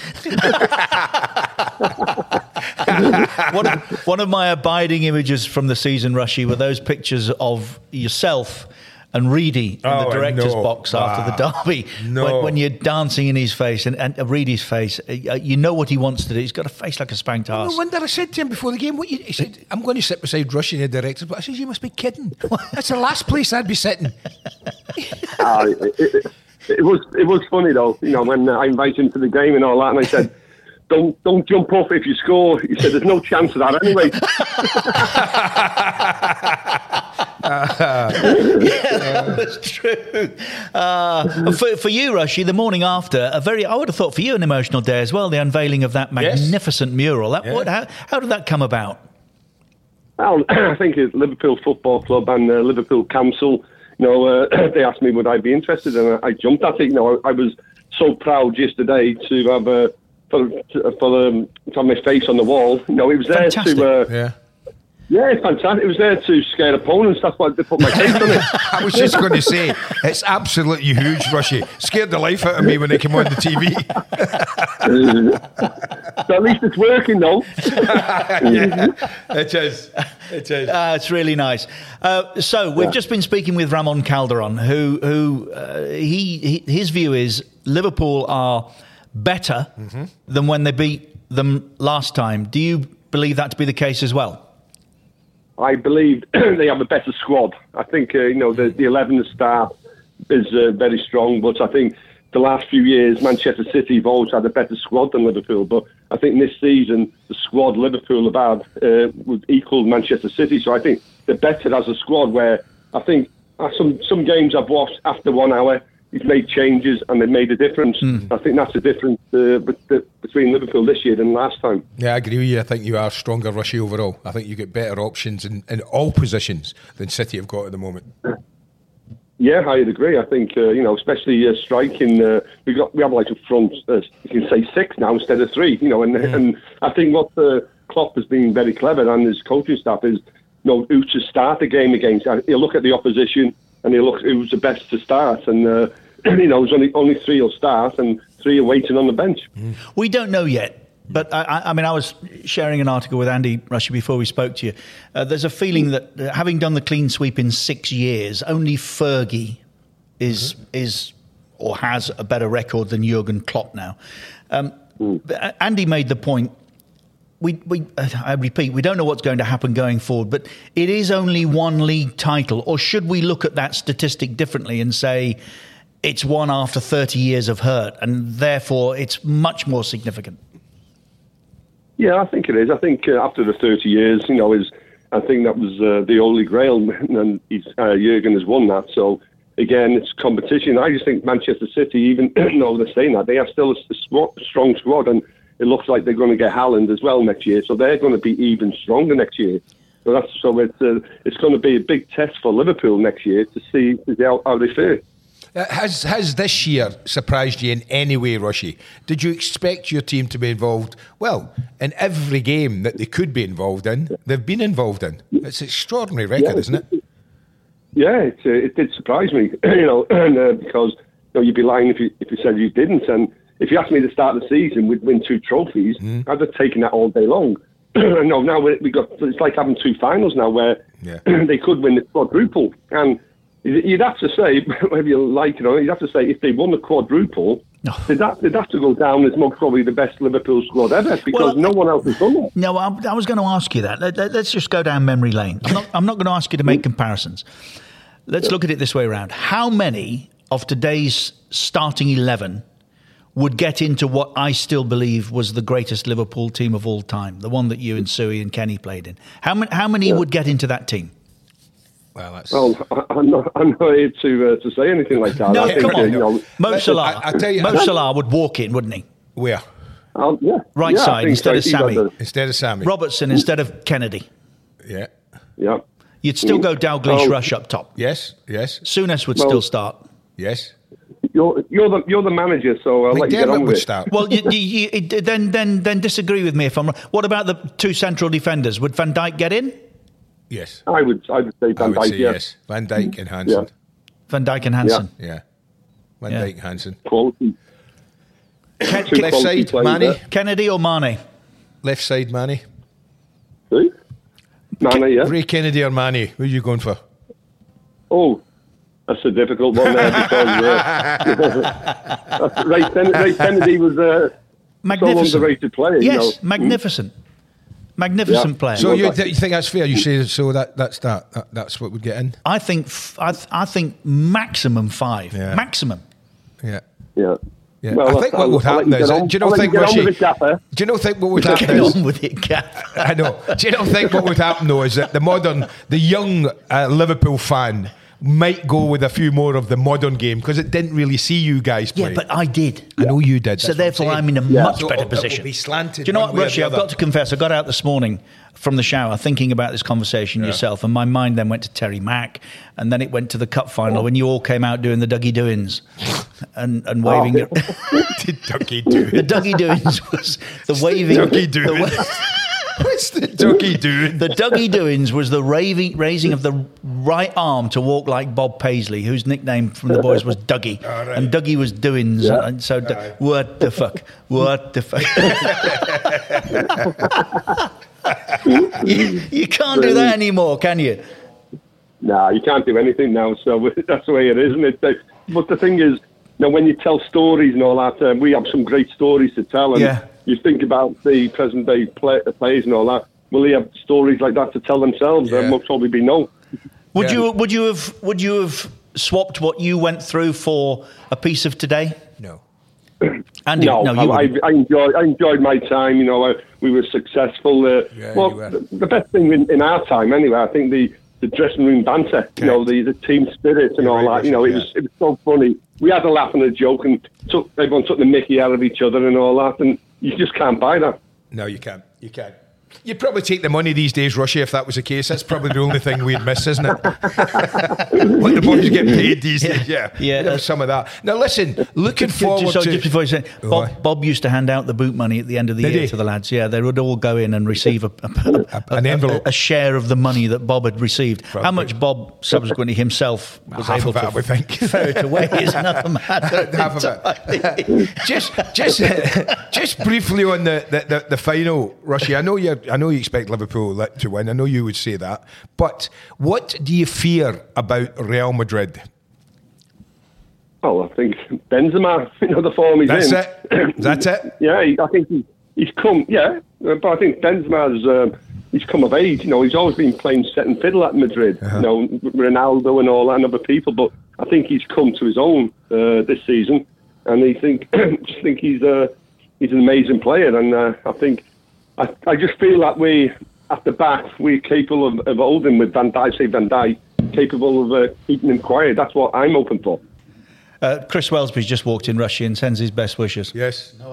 [SPEAKER 2] one, of, one of my abiding images from the season, Rushy, were those pictures of yourself and Reedy in
[SPEAKER 3] Oh,
[SPEAKER 2] the
[SPEAKER 3] I
[SPEAKER 2] director's
[SPEAKER 3] know.
[SPEAKER 2] box after the
[SPEAKER 3] Ah,
[SPEAKER 2] derby.
[SPEAKER 3] no.
[SPEAKER 2] When, when you're dancing in his face and, and Reedy's face, uh, you know what he wants to do. He's got a face like a spanked ass.
[SPEAKER 3] No wonder I said to him before the game, "What you?" He said, "I'm going to sit beside Rushy, the director." But I said, "You must be kidding. That's the last place I'd be sitting."
[SPEAKER 5] Ah, it, it, it was it was funny though. You know, when uh, I invited him to the game and all that, and I said, "Don't don't jump off if you score." He said, "There's no chance of that anyway."
[SPEAKER 2] that was true. Uh, for, for you, Rushy, the morning after, a very, I would have thought for you an emotional day as well, the unveiling of that
[SPEAKER 3] Yes.
[SPEAKER 2] magnificent mural. That,
[SPEAKER 3] Yeah.
[SPEAKER 2] what, how, how did that come about?
[SPEAKER 5] Well, I think it's Liverpool Football Club and uh, Liverpool Council. You know, uh, they asked me would I be interested, and I, I jumped at it. You know, I, I was so proud yesterday to have uh, for to, for um, to have my face on the wall. You know, it was there
[SPEAKER 2] Fantastic.
[SPEAKER 5] to uh,
[SPEAKER 3] Yeah,
[SPEAKER 5] yeah, it's fantastic. It was there to scare opponents. That's why they put my face on it.
[SPEAKER 3] I was just going to say it's absolutely huge, Rushy. Scared the life out of me when they came on the TV.
[SPEAKER 5] So at least it's working though.
[SPEAKER 3] yeah, it is. It is.
[SPEAKER 2] Uh, it's really nice. Uh, so we've just been speaking with Ramon Calderon, who who uh, he, he his view is Liverpool are better than when they beat them last time. Do you believe that to be the case as well?
[SPEAKER 5] I believe they have a better squad. I think uh, you know the the eleven to start is uh, very strong, but I think the last few years Manchester City have always had a better squad than Liverpool. But I think this season the squad Liverpool have had uh, would equal Manchester City. So I think they're better as a squad. Where I think uh, some some games I've watched after one hour. He's made changes and they've made a difference. I think that's the difference uh, bet- bet- between Liverpool this year than last time.
[SPEAKER 3] Yeah, I agree with you. I think you are stronger, Rushy, overall. I think you get better options in, in all positions than City have got at the moment.
[SPEAKER 5] Yeah, I agree. I think uh, you know, especially uh, striking. Uh, we got we have like a front. Uh, you can say six now instead of three. You know, and and I think what uh, Klopp has been very clever and his coaching staff is, you know, who to start the game against. And He'll look at the opposition and he'll look who's the best to start. And uh, you know, there's only only three will start and three are waiting on the bench.
[SPEAKER 2] We don't know yet. But I- I, I mean, I was sharing an article with Andy Rushy before we spoke to you. Uh, there's a feeling that uh, having done the clean sweep in six years, only Fergie is is or has a better record than Jurgen Klopp now. Um, but, uh, Andy made the point. We, we, uh, I repeat, we don't know what's going to happen going forward, but it is only one league title. Or should we look at that statistic differently and say it's one after 30 years of hurt, and therefore it's much more significant?
[SPEAKER 5] Yeah, I think it is. I think uh, after the 30 years, you know, is I think that was uh, the holy grail, and he's, uh, Jurgen has won that. So again, it's competition. I just think Manchester City, even though they're saying that, they are still a s- swa- strong squad, and it looks like they're going to get Haaland as well next year. So they're going to be even stronger next year. So that's so it's uh, it's going to be a big test for Liverpool next year to see, to see how, how they fare.
[SPEAKER 3] Uh, Has has this year surprised you in any way, Rushy? Did you expect your team to be involved? Well, in every game that they could be involved in, they've been involved in. It's an extraordinary record, isn't it?
[SPEAKER 5] Yeah, it, uh, it did surprise me, you know, and, uh, because you know, you'd be lying if you, if you said you didn't. And if you asked me to start the season, we'd win two trophies.
[SPEAKER 2] Mm.
[SPEAKER 5] I'd have taken that all day long. no, now we, we got it's like having two finals now where
[SPEAKER 3] Yeah.
[SPEAKER 5] they could win the quadruple. And you'd you'd have to say, whether you like it or not, you'd have to say if they won the quadruple,
[SPEAKER 2] Oh.
[SPEAKER 5] they'd, have, they'd have to go down as most probably the best Liverpool squad ever because
[SPEAKER 2] Well,
[SPEAKER 5] no one else has done that.
[SPEAKER 2] No, I, I was going to ask you that. Let, us just go down memory lane. I'm not, I'm not going to ask you to make
[SPEAKER 5] Mm.
[SPEAKER 2] comparisons. Let's look at it this way around. How many of today's starting 11 would get into what I still believe was the greatest Liverpool team of all time, the one that you and Suey and Kenny played in? How, ma- how many would get into that team?
[SPEAKER 3] Well, that's.
[SPEAKER 5] Well, I- I'm not, I'm not here to uh, to say anything like that.
[SPEAKER 2] No,
[SPEAKER 5] I think,
[SPEAKER 2] come
[SPEAKER 5] uh,
[SPEAKER 2] on.
[SPEAKER 5] you know,
[SPEAKER 2] Mo
[SPEAKER 3] I-
[SPEAKER 2] Salah.
[SPEAKER 3] I tell you-
[SPEAKER 2] Mo Salah would walk in, wouldn't he?
[SPEAKER 3] Where?
[SPEAKER 5] I'll- Um, yeah,
[SPEAKER 2] Right
[SPEAKER 5] yeah, I
[SPEAKER 2] side
[SPEAKER 5] think
[SPEAKER 2] instead
[SPEAKER 5] so.
[SPEAKER 2] of
[SPEAKER 5] He's got
[SPEAKER 2] Sammy.
[SPEAKER 5] the-
[SPEAKER 3] Instead of Sammy.
[SPEAKER 2] Robertson instead of Kennedy.
[SPEAKER 3] Yeah.
[SPEAKER 5] Yeah.
[SPEAKER 2] You'd still go Dalglish
[SPEAKER 5] Oh.
[SPEAKER 2] Rush up top.
[SPEAKER 3] Yes. Yes.
[SPEAKER 2] Souness would
[SPEAKER 5] Well-
[SPEAKER 2] still start.
[SPEAKER 3] Yes.
[SPEAKER 5] You're, you're, the, you're the manager, so I'll let you get on
[SPEAKER 3] McDermott
[SPEAKER 5] with
[SPEAKER 3] would
[SPEAKER 5] it.
[SPEAKER 3] start.
[SPEAKER 2] Well, you, you, you, then, then, then disagree with me if I'm wrong. What about the two central defenders? Would Van Dijk get in?
[SPEAKER 3] Yes.
[SPEAKER 5] I would, I would say
[SPEAKER 3] I
[SPEAKER 5] Van
[SPEAKER 3] would
[SPEAKER 5] Dijk,
[SPEAKER 3] say
[SPEAKER 5] yeah. Mm-hmm.
[SPEAKER 3] yes. Van Dijk and Hansen.
[SPEAKER 2] Van Dijk and Hansen.
[SPEAKER 3] Yeah. Van
[SPEAKER 2] Yeah.
[SPEAKER 3] Dijk Hansen.
[SPEAKER 5] Quality.
[SPEAKER 2] Ken-
[SPEAKER 5] Two
[SPEAKER 2] Ken-
[SPEAKER 3] Left
[SPEAKER 5] quality
[SPEAKER 3] side,
[SPEAKER 5] players
[SPEAKER 3] Manny.
[SPEAKER 5] there.
[SPEAKER 2] Kennedy or Mane?
[SPEAKER 3] Left side, Manny.
[SPEAKER 5] See? Manor, yeah.
[SPEAKER 3] Ray Kennedy or Manny? Who are you going for?
[SPEAKER 5] Oh, that's a difficult one there because uh, Ray, Ken- Ray Kennedy was uh, so
[SPEAKER 2] Magnificent.
[SPEAKER 5] underrated player. you
[SPEAKER 2] yes,
[SPEAKER 5] know. Hmm.
[SPEAKER 2] magnificent. Magnificent
[SPEAKER 5] Yeah.
[SPEAKER 2] player.
[SPEAKER 3] So
[SPEAKER 5] Well,
[SPEAKER 3] you,
[SPEAKER 5] that-
[SPEAKER 3] you think that's fair? You say so that that's that, that that's what would get in.
[SPEAKER 2] I think f- I, th- I think maximum five.
[SPEAKER 3] Yeah.
[SPEAKER 2] Maximum.
[SPEAKER 3] Yeah.
[SPEAKER 5] Yeah.
[SPEAKER 3] Yeah. I think what would happen is, do you
[SPEAKER 5] know,
[SPEAKER 3] not think
[SPEAKER 5] get on
[SPEAKER 3] Rishi-
[SPEAKER 5] with it, Gaffer.
[SPEAKER 3] Do you not think what would
[SPEAKER 2] Get
[SPEAKER 3] happen? is-
[SPEAKER 2] on with it, Gav.
[SPEAKER 3] I know. Do you not think what would happen though is that the modern, the young uh, Liverpool fan might go with a few more of the modern game because it didn't really see you guys play.
[SPEAKER 2] Yeah, but I did.
[SPEAKER 3] I know you did.
[SPEAKER 2] So
[SPEAKER 3] that's what
[SPEAKER 2] therefore,
[SPEAKER 3] saying.
[SPEAKER 2] I'm in a
[SPEAKER 5] Yeah.
[SPEAKER 2] much
[SPEAKER 3] So
[SPEAKER 2] better
[SPEAKER 3] it will
[SPEAKER 2] position.
[SPEAKER 3] be slanted
[SPEAKER 2] Do you know
[SPEAKER 3] one
[SPEAKER 2] what,
[SPEAKER 3] way or
[SPEAKER 2] Rushy?
[SPEAKER 3] the
[SPEAKER 2] I've
[SPEAKER 3] other.
[SPEAKER 2] got to confess. I got out this morning from the shower thinking about this conversation yourself, and my mind then went to Terry Mack, and then it went to the cup final
[SPEAKER 3] Oh.
[SPEAKER 2] when you all came out doing the Dougie Doings and, and
[SPEAKER 3] Oh.
[SPEAKER 2] waving. your-
[SPEAKER 3] Did Ducky do
[SPEAKER 2] the
[SPEAKER 3] it?
[SPEAKER 2] Dougie Doings was the waving.
[SPEAKER 3] Dougie Doings.
[SPEAKER 2] The, wa-
[SPEAKER 3] What's the Ducky doing?
[SPEAKER 2] the Dougie Doings was the raving, raising of the right arm to walk like Bob Paisley, whose nickname from the boys was Dougie.
[SPEAKER 3] All right.
[SPEAKER 2] And Dougie was Doings.
[SPEAKER 5] Yeah.
[SPEAKER 2] And so, d- what the fuck? What the fuck? you, you can't do that anymore, can you?
[SPEAKER 5] Nah, you can't do anything now, so that's the way it is, isn't it? But- But the thing is, now when you tell stories and all that, um, we have some great stories to tell, and
[SPEAKER 2] Yeah.
[SPEAKER 5] you think about the present day play, players and all that. Will they have stories like that to tell themselves?
[SPEAKER 3] Yeah.
[SPEAKER 5] There will probably be no.
[SPEAKER 2] Would
[SPEAKER 3] Yeah.
[SPEAKER 2] you would you have would you have swapped what you went through for a piece of today?
[SPEAKER 3] No.
[SPEAKER 2] Andy, no, you
[SPEAKER 5] I, I,
[SPEAKER 2] wouldn't.
[SPEAKER 5] I enjoyed I enjoyed my time. You know, I, we were successful. Uh,
[SPEAKER 3] Yeah,
[SPEAKER 5] well,
[SPEAKER 3] you were.
[SPEAKER 5] the, the best thing in, in our time, anyway, I think the, the dressing room banter, you know, the, the team spirit and all
[SPEAKER 3] right,
[SPEAKER 5] that. You know, it
[SPEAKER 3] yeah.
[SPEAKER 5] was it was so funny. We had a laugh and a joke, and took everyone took the Mickey out of each other and all that. And you just can't buy that.
[SPEAKER 3] No, you can't. You can't. You'd probably take the money these days, Rushy, if that was the case. That's probably the only thing we'd miss, isn't it? what the boys get paid these days. Yeah.
[SPEAKER 2] Yeah,
[SPEAKER 3] We'd have
[SPEAKER 2] that's-
[SPEAKER 3] Some of that. Now, listen, looking
[SPEAKER 2] Ju- ju-
[SPEAKER 3] forward
[SPEAKER 2] so
[SPEAKER 3] to.
[SPEAKER 2] just before you say,
[SPEAKER 3] Oh, aye.
[SPEAKER 2] Bob, Bob used to hand out the boot money at the end of the
[SPEAKER 3] Did
[SPEAKER 2] year
[SPEAKER 3] he?
[SPEAKER 2] to the lads. Yeah, they would all go in and receive a, a, a-
[SPEAKER 3] An
[SPEAKER 2] a-
[SPEAKER 3] envelope.
[SPEAKER 2] a, share of the money that Bob had received. How
[SPEAKER 3] Probably.
[SPEAKER 2] much Bob subsequently himself was
[SPEAKER 3] Half
[SPEAKER 2] able
[SPEAKER 3] of that,
[SPEAKER 2] to
[SPEAKER 3] we think.
[SPEAKER 2] throw it away is another matter.
[SPEAKER 3] Half of
[SPEAKER 2] it.
[SPEAKER 3] just, just, just briefly on the, the, the, the final, Rushy. I know you. I know you expect Liverpool li- to win. I know you would say that. But what do you fear about Real Madrid?
[SPEAKER 5] Oh, I think Benzema, you know, the form he's
[SPEAKER 3] That's
[SPEAKER 5] in.
[SPEAKER 3] it. That's it.
[SPEAKER 5] Yeah, he- I think he, he's come. Yeah, uh, but I think Benzema's um he's come of age. You know, he's always been playing second fiddle at Madrid.
[SPEAKER 3] Uh-huh.
[SPEAKER 5] You know, Ronaldo and all that and other people. But I think he's come to his own uh, this season, and they think just think he's uh, he's an amazing player. And uh, I think I, I just feel that we at the back we're capable of, of holding with Van Dijk. Say Van Dijk capable of uh, keeping him quiet. That's what I'm hoping for.
[SPEAKER 2] Uh, Chris Wellsby's just walked in, Rushy, and sends his best wishes.
[SPEAKER 3] Yes. Uh,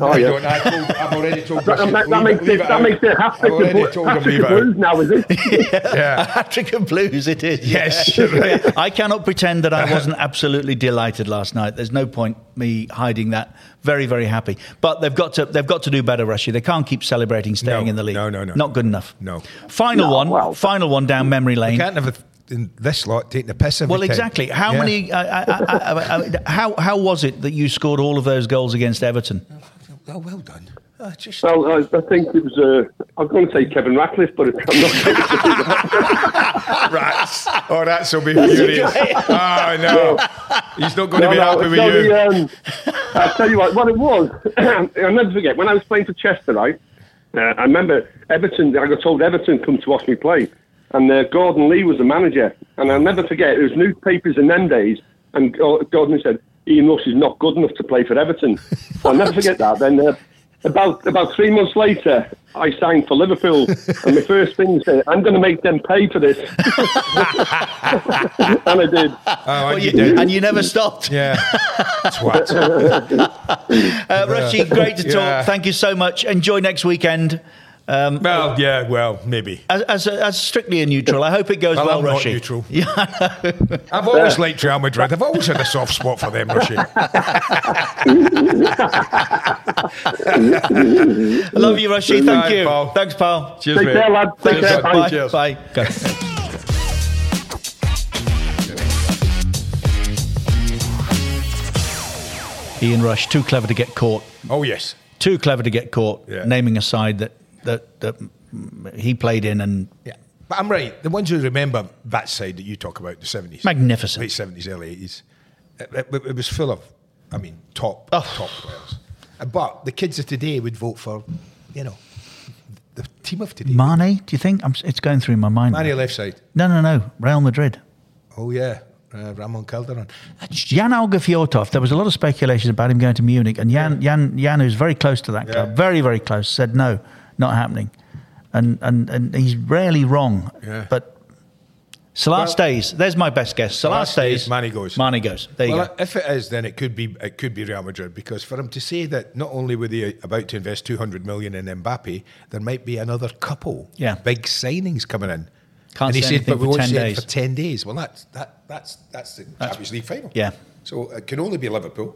[SPEAKER 5] Oh yeah.
[SPEAKER 3] I have already told
[SPEAKER 5] That,
[SPEAKER 3] Rushy, leave
[SPEAKER 5] that, that makes
[SPEAKER 3] leave
[SPEAKER 5] it, that
[SPEAKER 3] out.
[SPEAKER 5] makes it half
[SPEAKER 3] I've already told him leave it out.
[SPEAKER 5] blues now, is it?
[SPEAKER 3] Yeah.
[SPEAKER 2] Patrick and Blues, it is.
[SPEAKER 3] Yes,
[SPEAKER 2] Yeah.
[SPEAKER 3] you're right.
[SPEAKER 2] I cannot pretend that I wasn't absolutely delighted last night. There's no point me hiding that. Very, very happy. But they've got to they've got to do better, Russia. They can't keep celebrating staying
[SPEAKER 3] No,
[SPEAKER 2] in the league.
[SPEAKER 3] no, no, no.
[SPEAKER 2] Not good enough.
[SPEAKER 3] No.
[SPEAKER 2] Final
[SPEAKER 5] No,
[SPEAKER 2] one.
[SPEAKER 5] well,
[SPEAKER 2] final one down memory lane.
[SPEAKER 3] Can't have a, and this lot taking the piss every
[SPEAKER 2] Well,
[SPEAKER 3] time.
[SPEAKER 2] exactly. How
[SPEAKER 3] Yeah.
[SPEAKER 2] many? uh, I, I, I, I, I, uh, how how was it that you scored all of those goals against Everton?
[SPEAKER 3] Oh, well done. Oh, just,
[SPEAKER 5] Well, I, I think it was. Uh, I was going to say Kevin Ratcliffe, but I'm not.
[SPEAKER 3] rats. Oh, rats will be furious. oh, no. He's not going to be happy with
[SPEAKER 5] no,
[SPEAKER 3] you.
[SPEAKER 5] the, um, I'll tell you what, what it was, I'll never forget, when I was playing for Chester, right, uh, I remember Everton, I got told Everton come to watch me play, and uh, Gordon Lee was the manager, and I'll never forget, it was newspapers in them days, and Go- Gordon said, Ian Rush is not good enough to play for Everton. I'll never forget that. Then uh, about about three months later, I signed for Liverpool, and my first thing was, uh, I'm going to make them pay for this. and I did.
[SPEAKER 3] Oh, and
[SPEAKER 2] Well,
[SPEAKER 3] you
[SPEAKER 2] you-
[SPEAKER 3] did.
[SPEAKER 2] and you never stopped.
[SPEAKER 3] Yeah. Twat.
[SPEAKER 2] Uh, Rushy, great to talk.
[SPEAKER 3] Yeah.
[SPEAKER 2] Thank you so much. Enjoy next weekend.
[SPEAKER 3] Well, yeah, well, maybe.
[SPEAKER 2] As, as, as strictly a neutral, I hope it goes
[SPEAKER 3] Well,
[SPEAKER 2] well,
[SPEAKER 3] I'm not
[SPEAKER 2] Rushy.
[SPEAKER 3] neutral.
[SPEAKER 2] Yeah,
[SPEAKER 3] I've always liked Real Madrid. I've always had a soft spot for them, Rushy.
[SPEAKER 2] I love you, Rushy.
[SPEAKER 3] Good
[SPEAKER 2] Thank
[SPEAKER 3] night,
[SPEAKER 2] you.
[SPEAKER 3] Paul.
[SPEAKER 2] Thanks, pal.
[SPEAKER 3] Cheers,
[SPEAKER 5] Take
[SPEAKER 3] mate.
[SPEAKER 5] care, lad. Take
[SPEAKER 3] Cheers,
[SPEAKER 5] care.
[SPEAKER 3] bud. Cheers.
[SPEAKER 2] Bye. Bye. Go. Ian Rush, too clever to get caught.
[SPEAKER 3] Oh, yes.
[SPEAKER 2] Too clever to get caught.
[SPEAKER 3] Yeah.
[SPEAKER 2] Naming a side that that that he played in and
[SPEAKER 3] Yeah. But I'm right. The ones who remember that side that you talk about, the 70s.
[SPEAKER 2] Magnificent.
[SPEAKER 3] Late 70s, early 80s. It, it- it was full of, I mean, top,
[SPEAKER 2] Oh.
[SPEAKER 3] top players. Uh, But the kids of today would vote for, you know, the team of today.
[SPEAKER 2] Mane. Do you think? I'm, s- it's going through my mind.
[SPEAKER 3] Mario left side.
[SPEAKER 2] No, no, no. Real Madrid.
[SPEAKER 3] Oh, yeah. Uh, Ramon Calderon.
[SPEAKER 2] Jan Alga Fjortov, there was a lot of speculation about him going to Munich, and Jan, Jan, Jan who's very close to that club,
[SPEAKER 3] Yeah.
[SPEAKER 2] very, very close, said no, not happening. And and, and he's rarely wrong.
[SPEAKER 3] Yeah.
[SPEAKER 2] But Salah
[SPEAKER 3] Well-
[SPEAKER 2] stays. There's my best guess.
[SPEAKER 3] Salah
[SPEAKER 2] Salah stays.
[SPEAKER 3] stays, Mane goes.
[SPEAKER 2] Mane goes. There you
[SPEAKER 3] well,
[SPEAKER 2] go.
[SPEAKER 3] if it is, then it could be it could be Real Madrid because for him to say that not only were they about to invest 200 million in Mbappe, there might be another couple
[SPEAKER 2] Yeah.
[SPEAKER 3] big signings coming in.
[SPEAKER 2] Can't
[SPEAKER 3] and he
[SPEAKER 2] say
[SPEAKER 3] said,
[SPEAKER 2] anything
[SPEAKER 3] but we
[SPEAKER 2] for
[SPEAKER 3] won't
[SPEAKER 2] 10
[SPEAKER 3] say
[SPEAKER 2] days."
[SPEAKER 3] it for 10 days. Well, that's that that's that's the Champions League final.
[SPEAKER 2] yeah.
[SPEAKER 3] So it can only be Liverpool.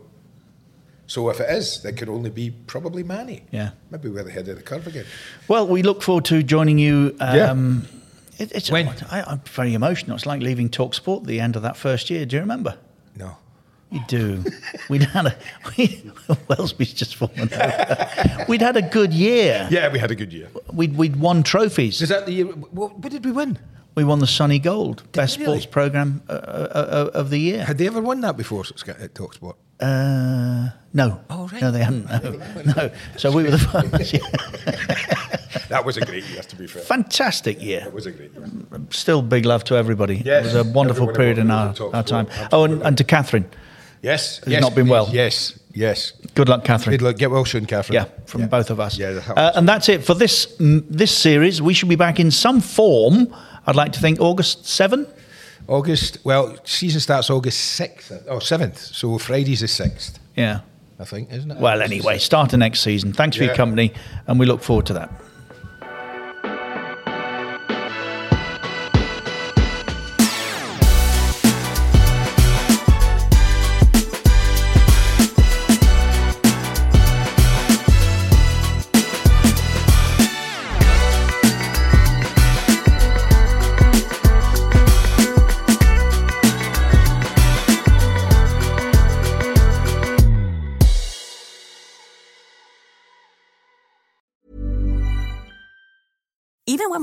[SPEAKER 3] So if it is, it can only be probably Manny.
[SPEAKER 2] Yeah.
[SPEAKER 3] Maybe we're the head of the curve again.
[SPEAKER 2] Well, we look forward to joining you.
[SPEAKER 3] Yeah.
[SPEAKER 2] Um, it, it's
[SPEAKER 3] When?
[SPEAKER 2] I, I'm very emotional. It's like leaving Talk Sport at the end of that first year. Do you remember?
[SPEAKER 3] No.
[SPEAKER 2] You do. We'd had a we, Wellesby's just fallen over. We'd had a good year.
[SPEAKER 3] Yeah, we had a good year.
[SPEAKER 2] We'd we'd won trophies.
[SPEAKER 3] Is that the year? What, what did we win?
[SPEAKER 2] We won the Sunny Gold, best
[SPEAKER 3] we really?
[SPEAKER 2] sports program uh, uh, uh, of the year.
[SPEAKER 3] Had they ever won that before Sky- at Talksport?
[SPEAKER 2] Uh, no,
[SPEAKER 3] Oh, right.
[SPEAKER 2] no, they hadn't. No, no. So we were the first. Yeah.
[SPEAKER 3] That was a great year, to be fair.
[SPEAKER 2] Fantastic year.
[SPEAKER 3] That was a great year.
[SPEAKER 2] Still, big love to everybody.
[SPEAKER 3] Yes,
[SPEAKER 2] it was a wonderful
[SPEAKER 3] everyone
[SPEAKER 2] period in our,
[SPEAKER 3] involved in the
[SPEAKER 2] our
[SPEAKER 3] Talksport,
[SPEAKER 2] time. Oh, and, and to Catherine.
[SPEAKER 3] Yes.
[SPEAKER 2] Has not been well.
[SPEAKER 3] Yes. Yes.
[SPEAKER 2] Good luck, Catherine.
[SPEAKER 3] Good luck. Get well soon, Catherine.
[SPEAKER 2] Yeah, from both of us.
[SPEAKER 3] Yeah. that helps.
[SPEAKER 2] uh, and that's it for this mm, this series. We should be back in some form. I'd like to think August seven.
[SPEAKER 3] August. Well, season starts August sixth or seventh. So Friday's the sixth,
[SPEAKER 2] Yeah.
[SPEAKER 3] I think, isn't it?
[SPEAKER 2] Well, anyway, start of next season. Thanks for your
[SPEAKER 3] Yeah.
[SPEAKER 2] company, and we look forward to that.
[SPEAKER 6] Even when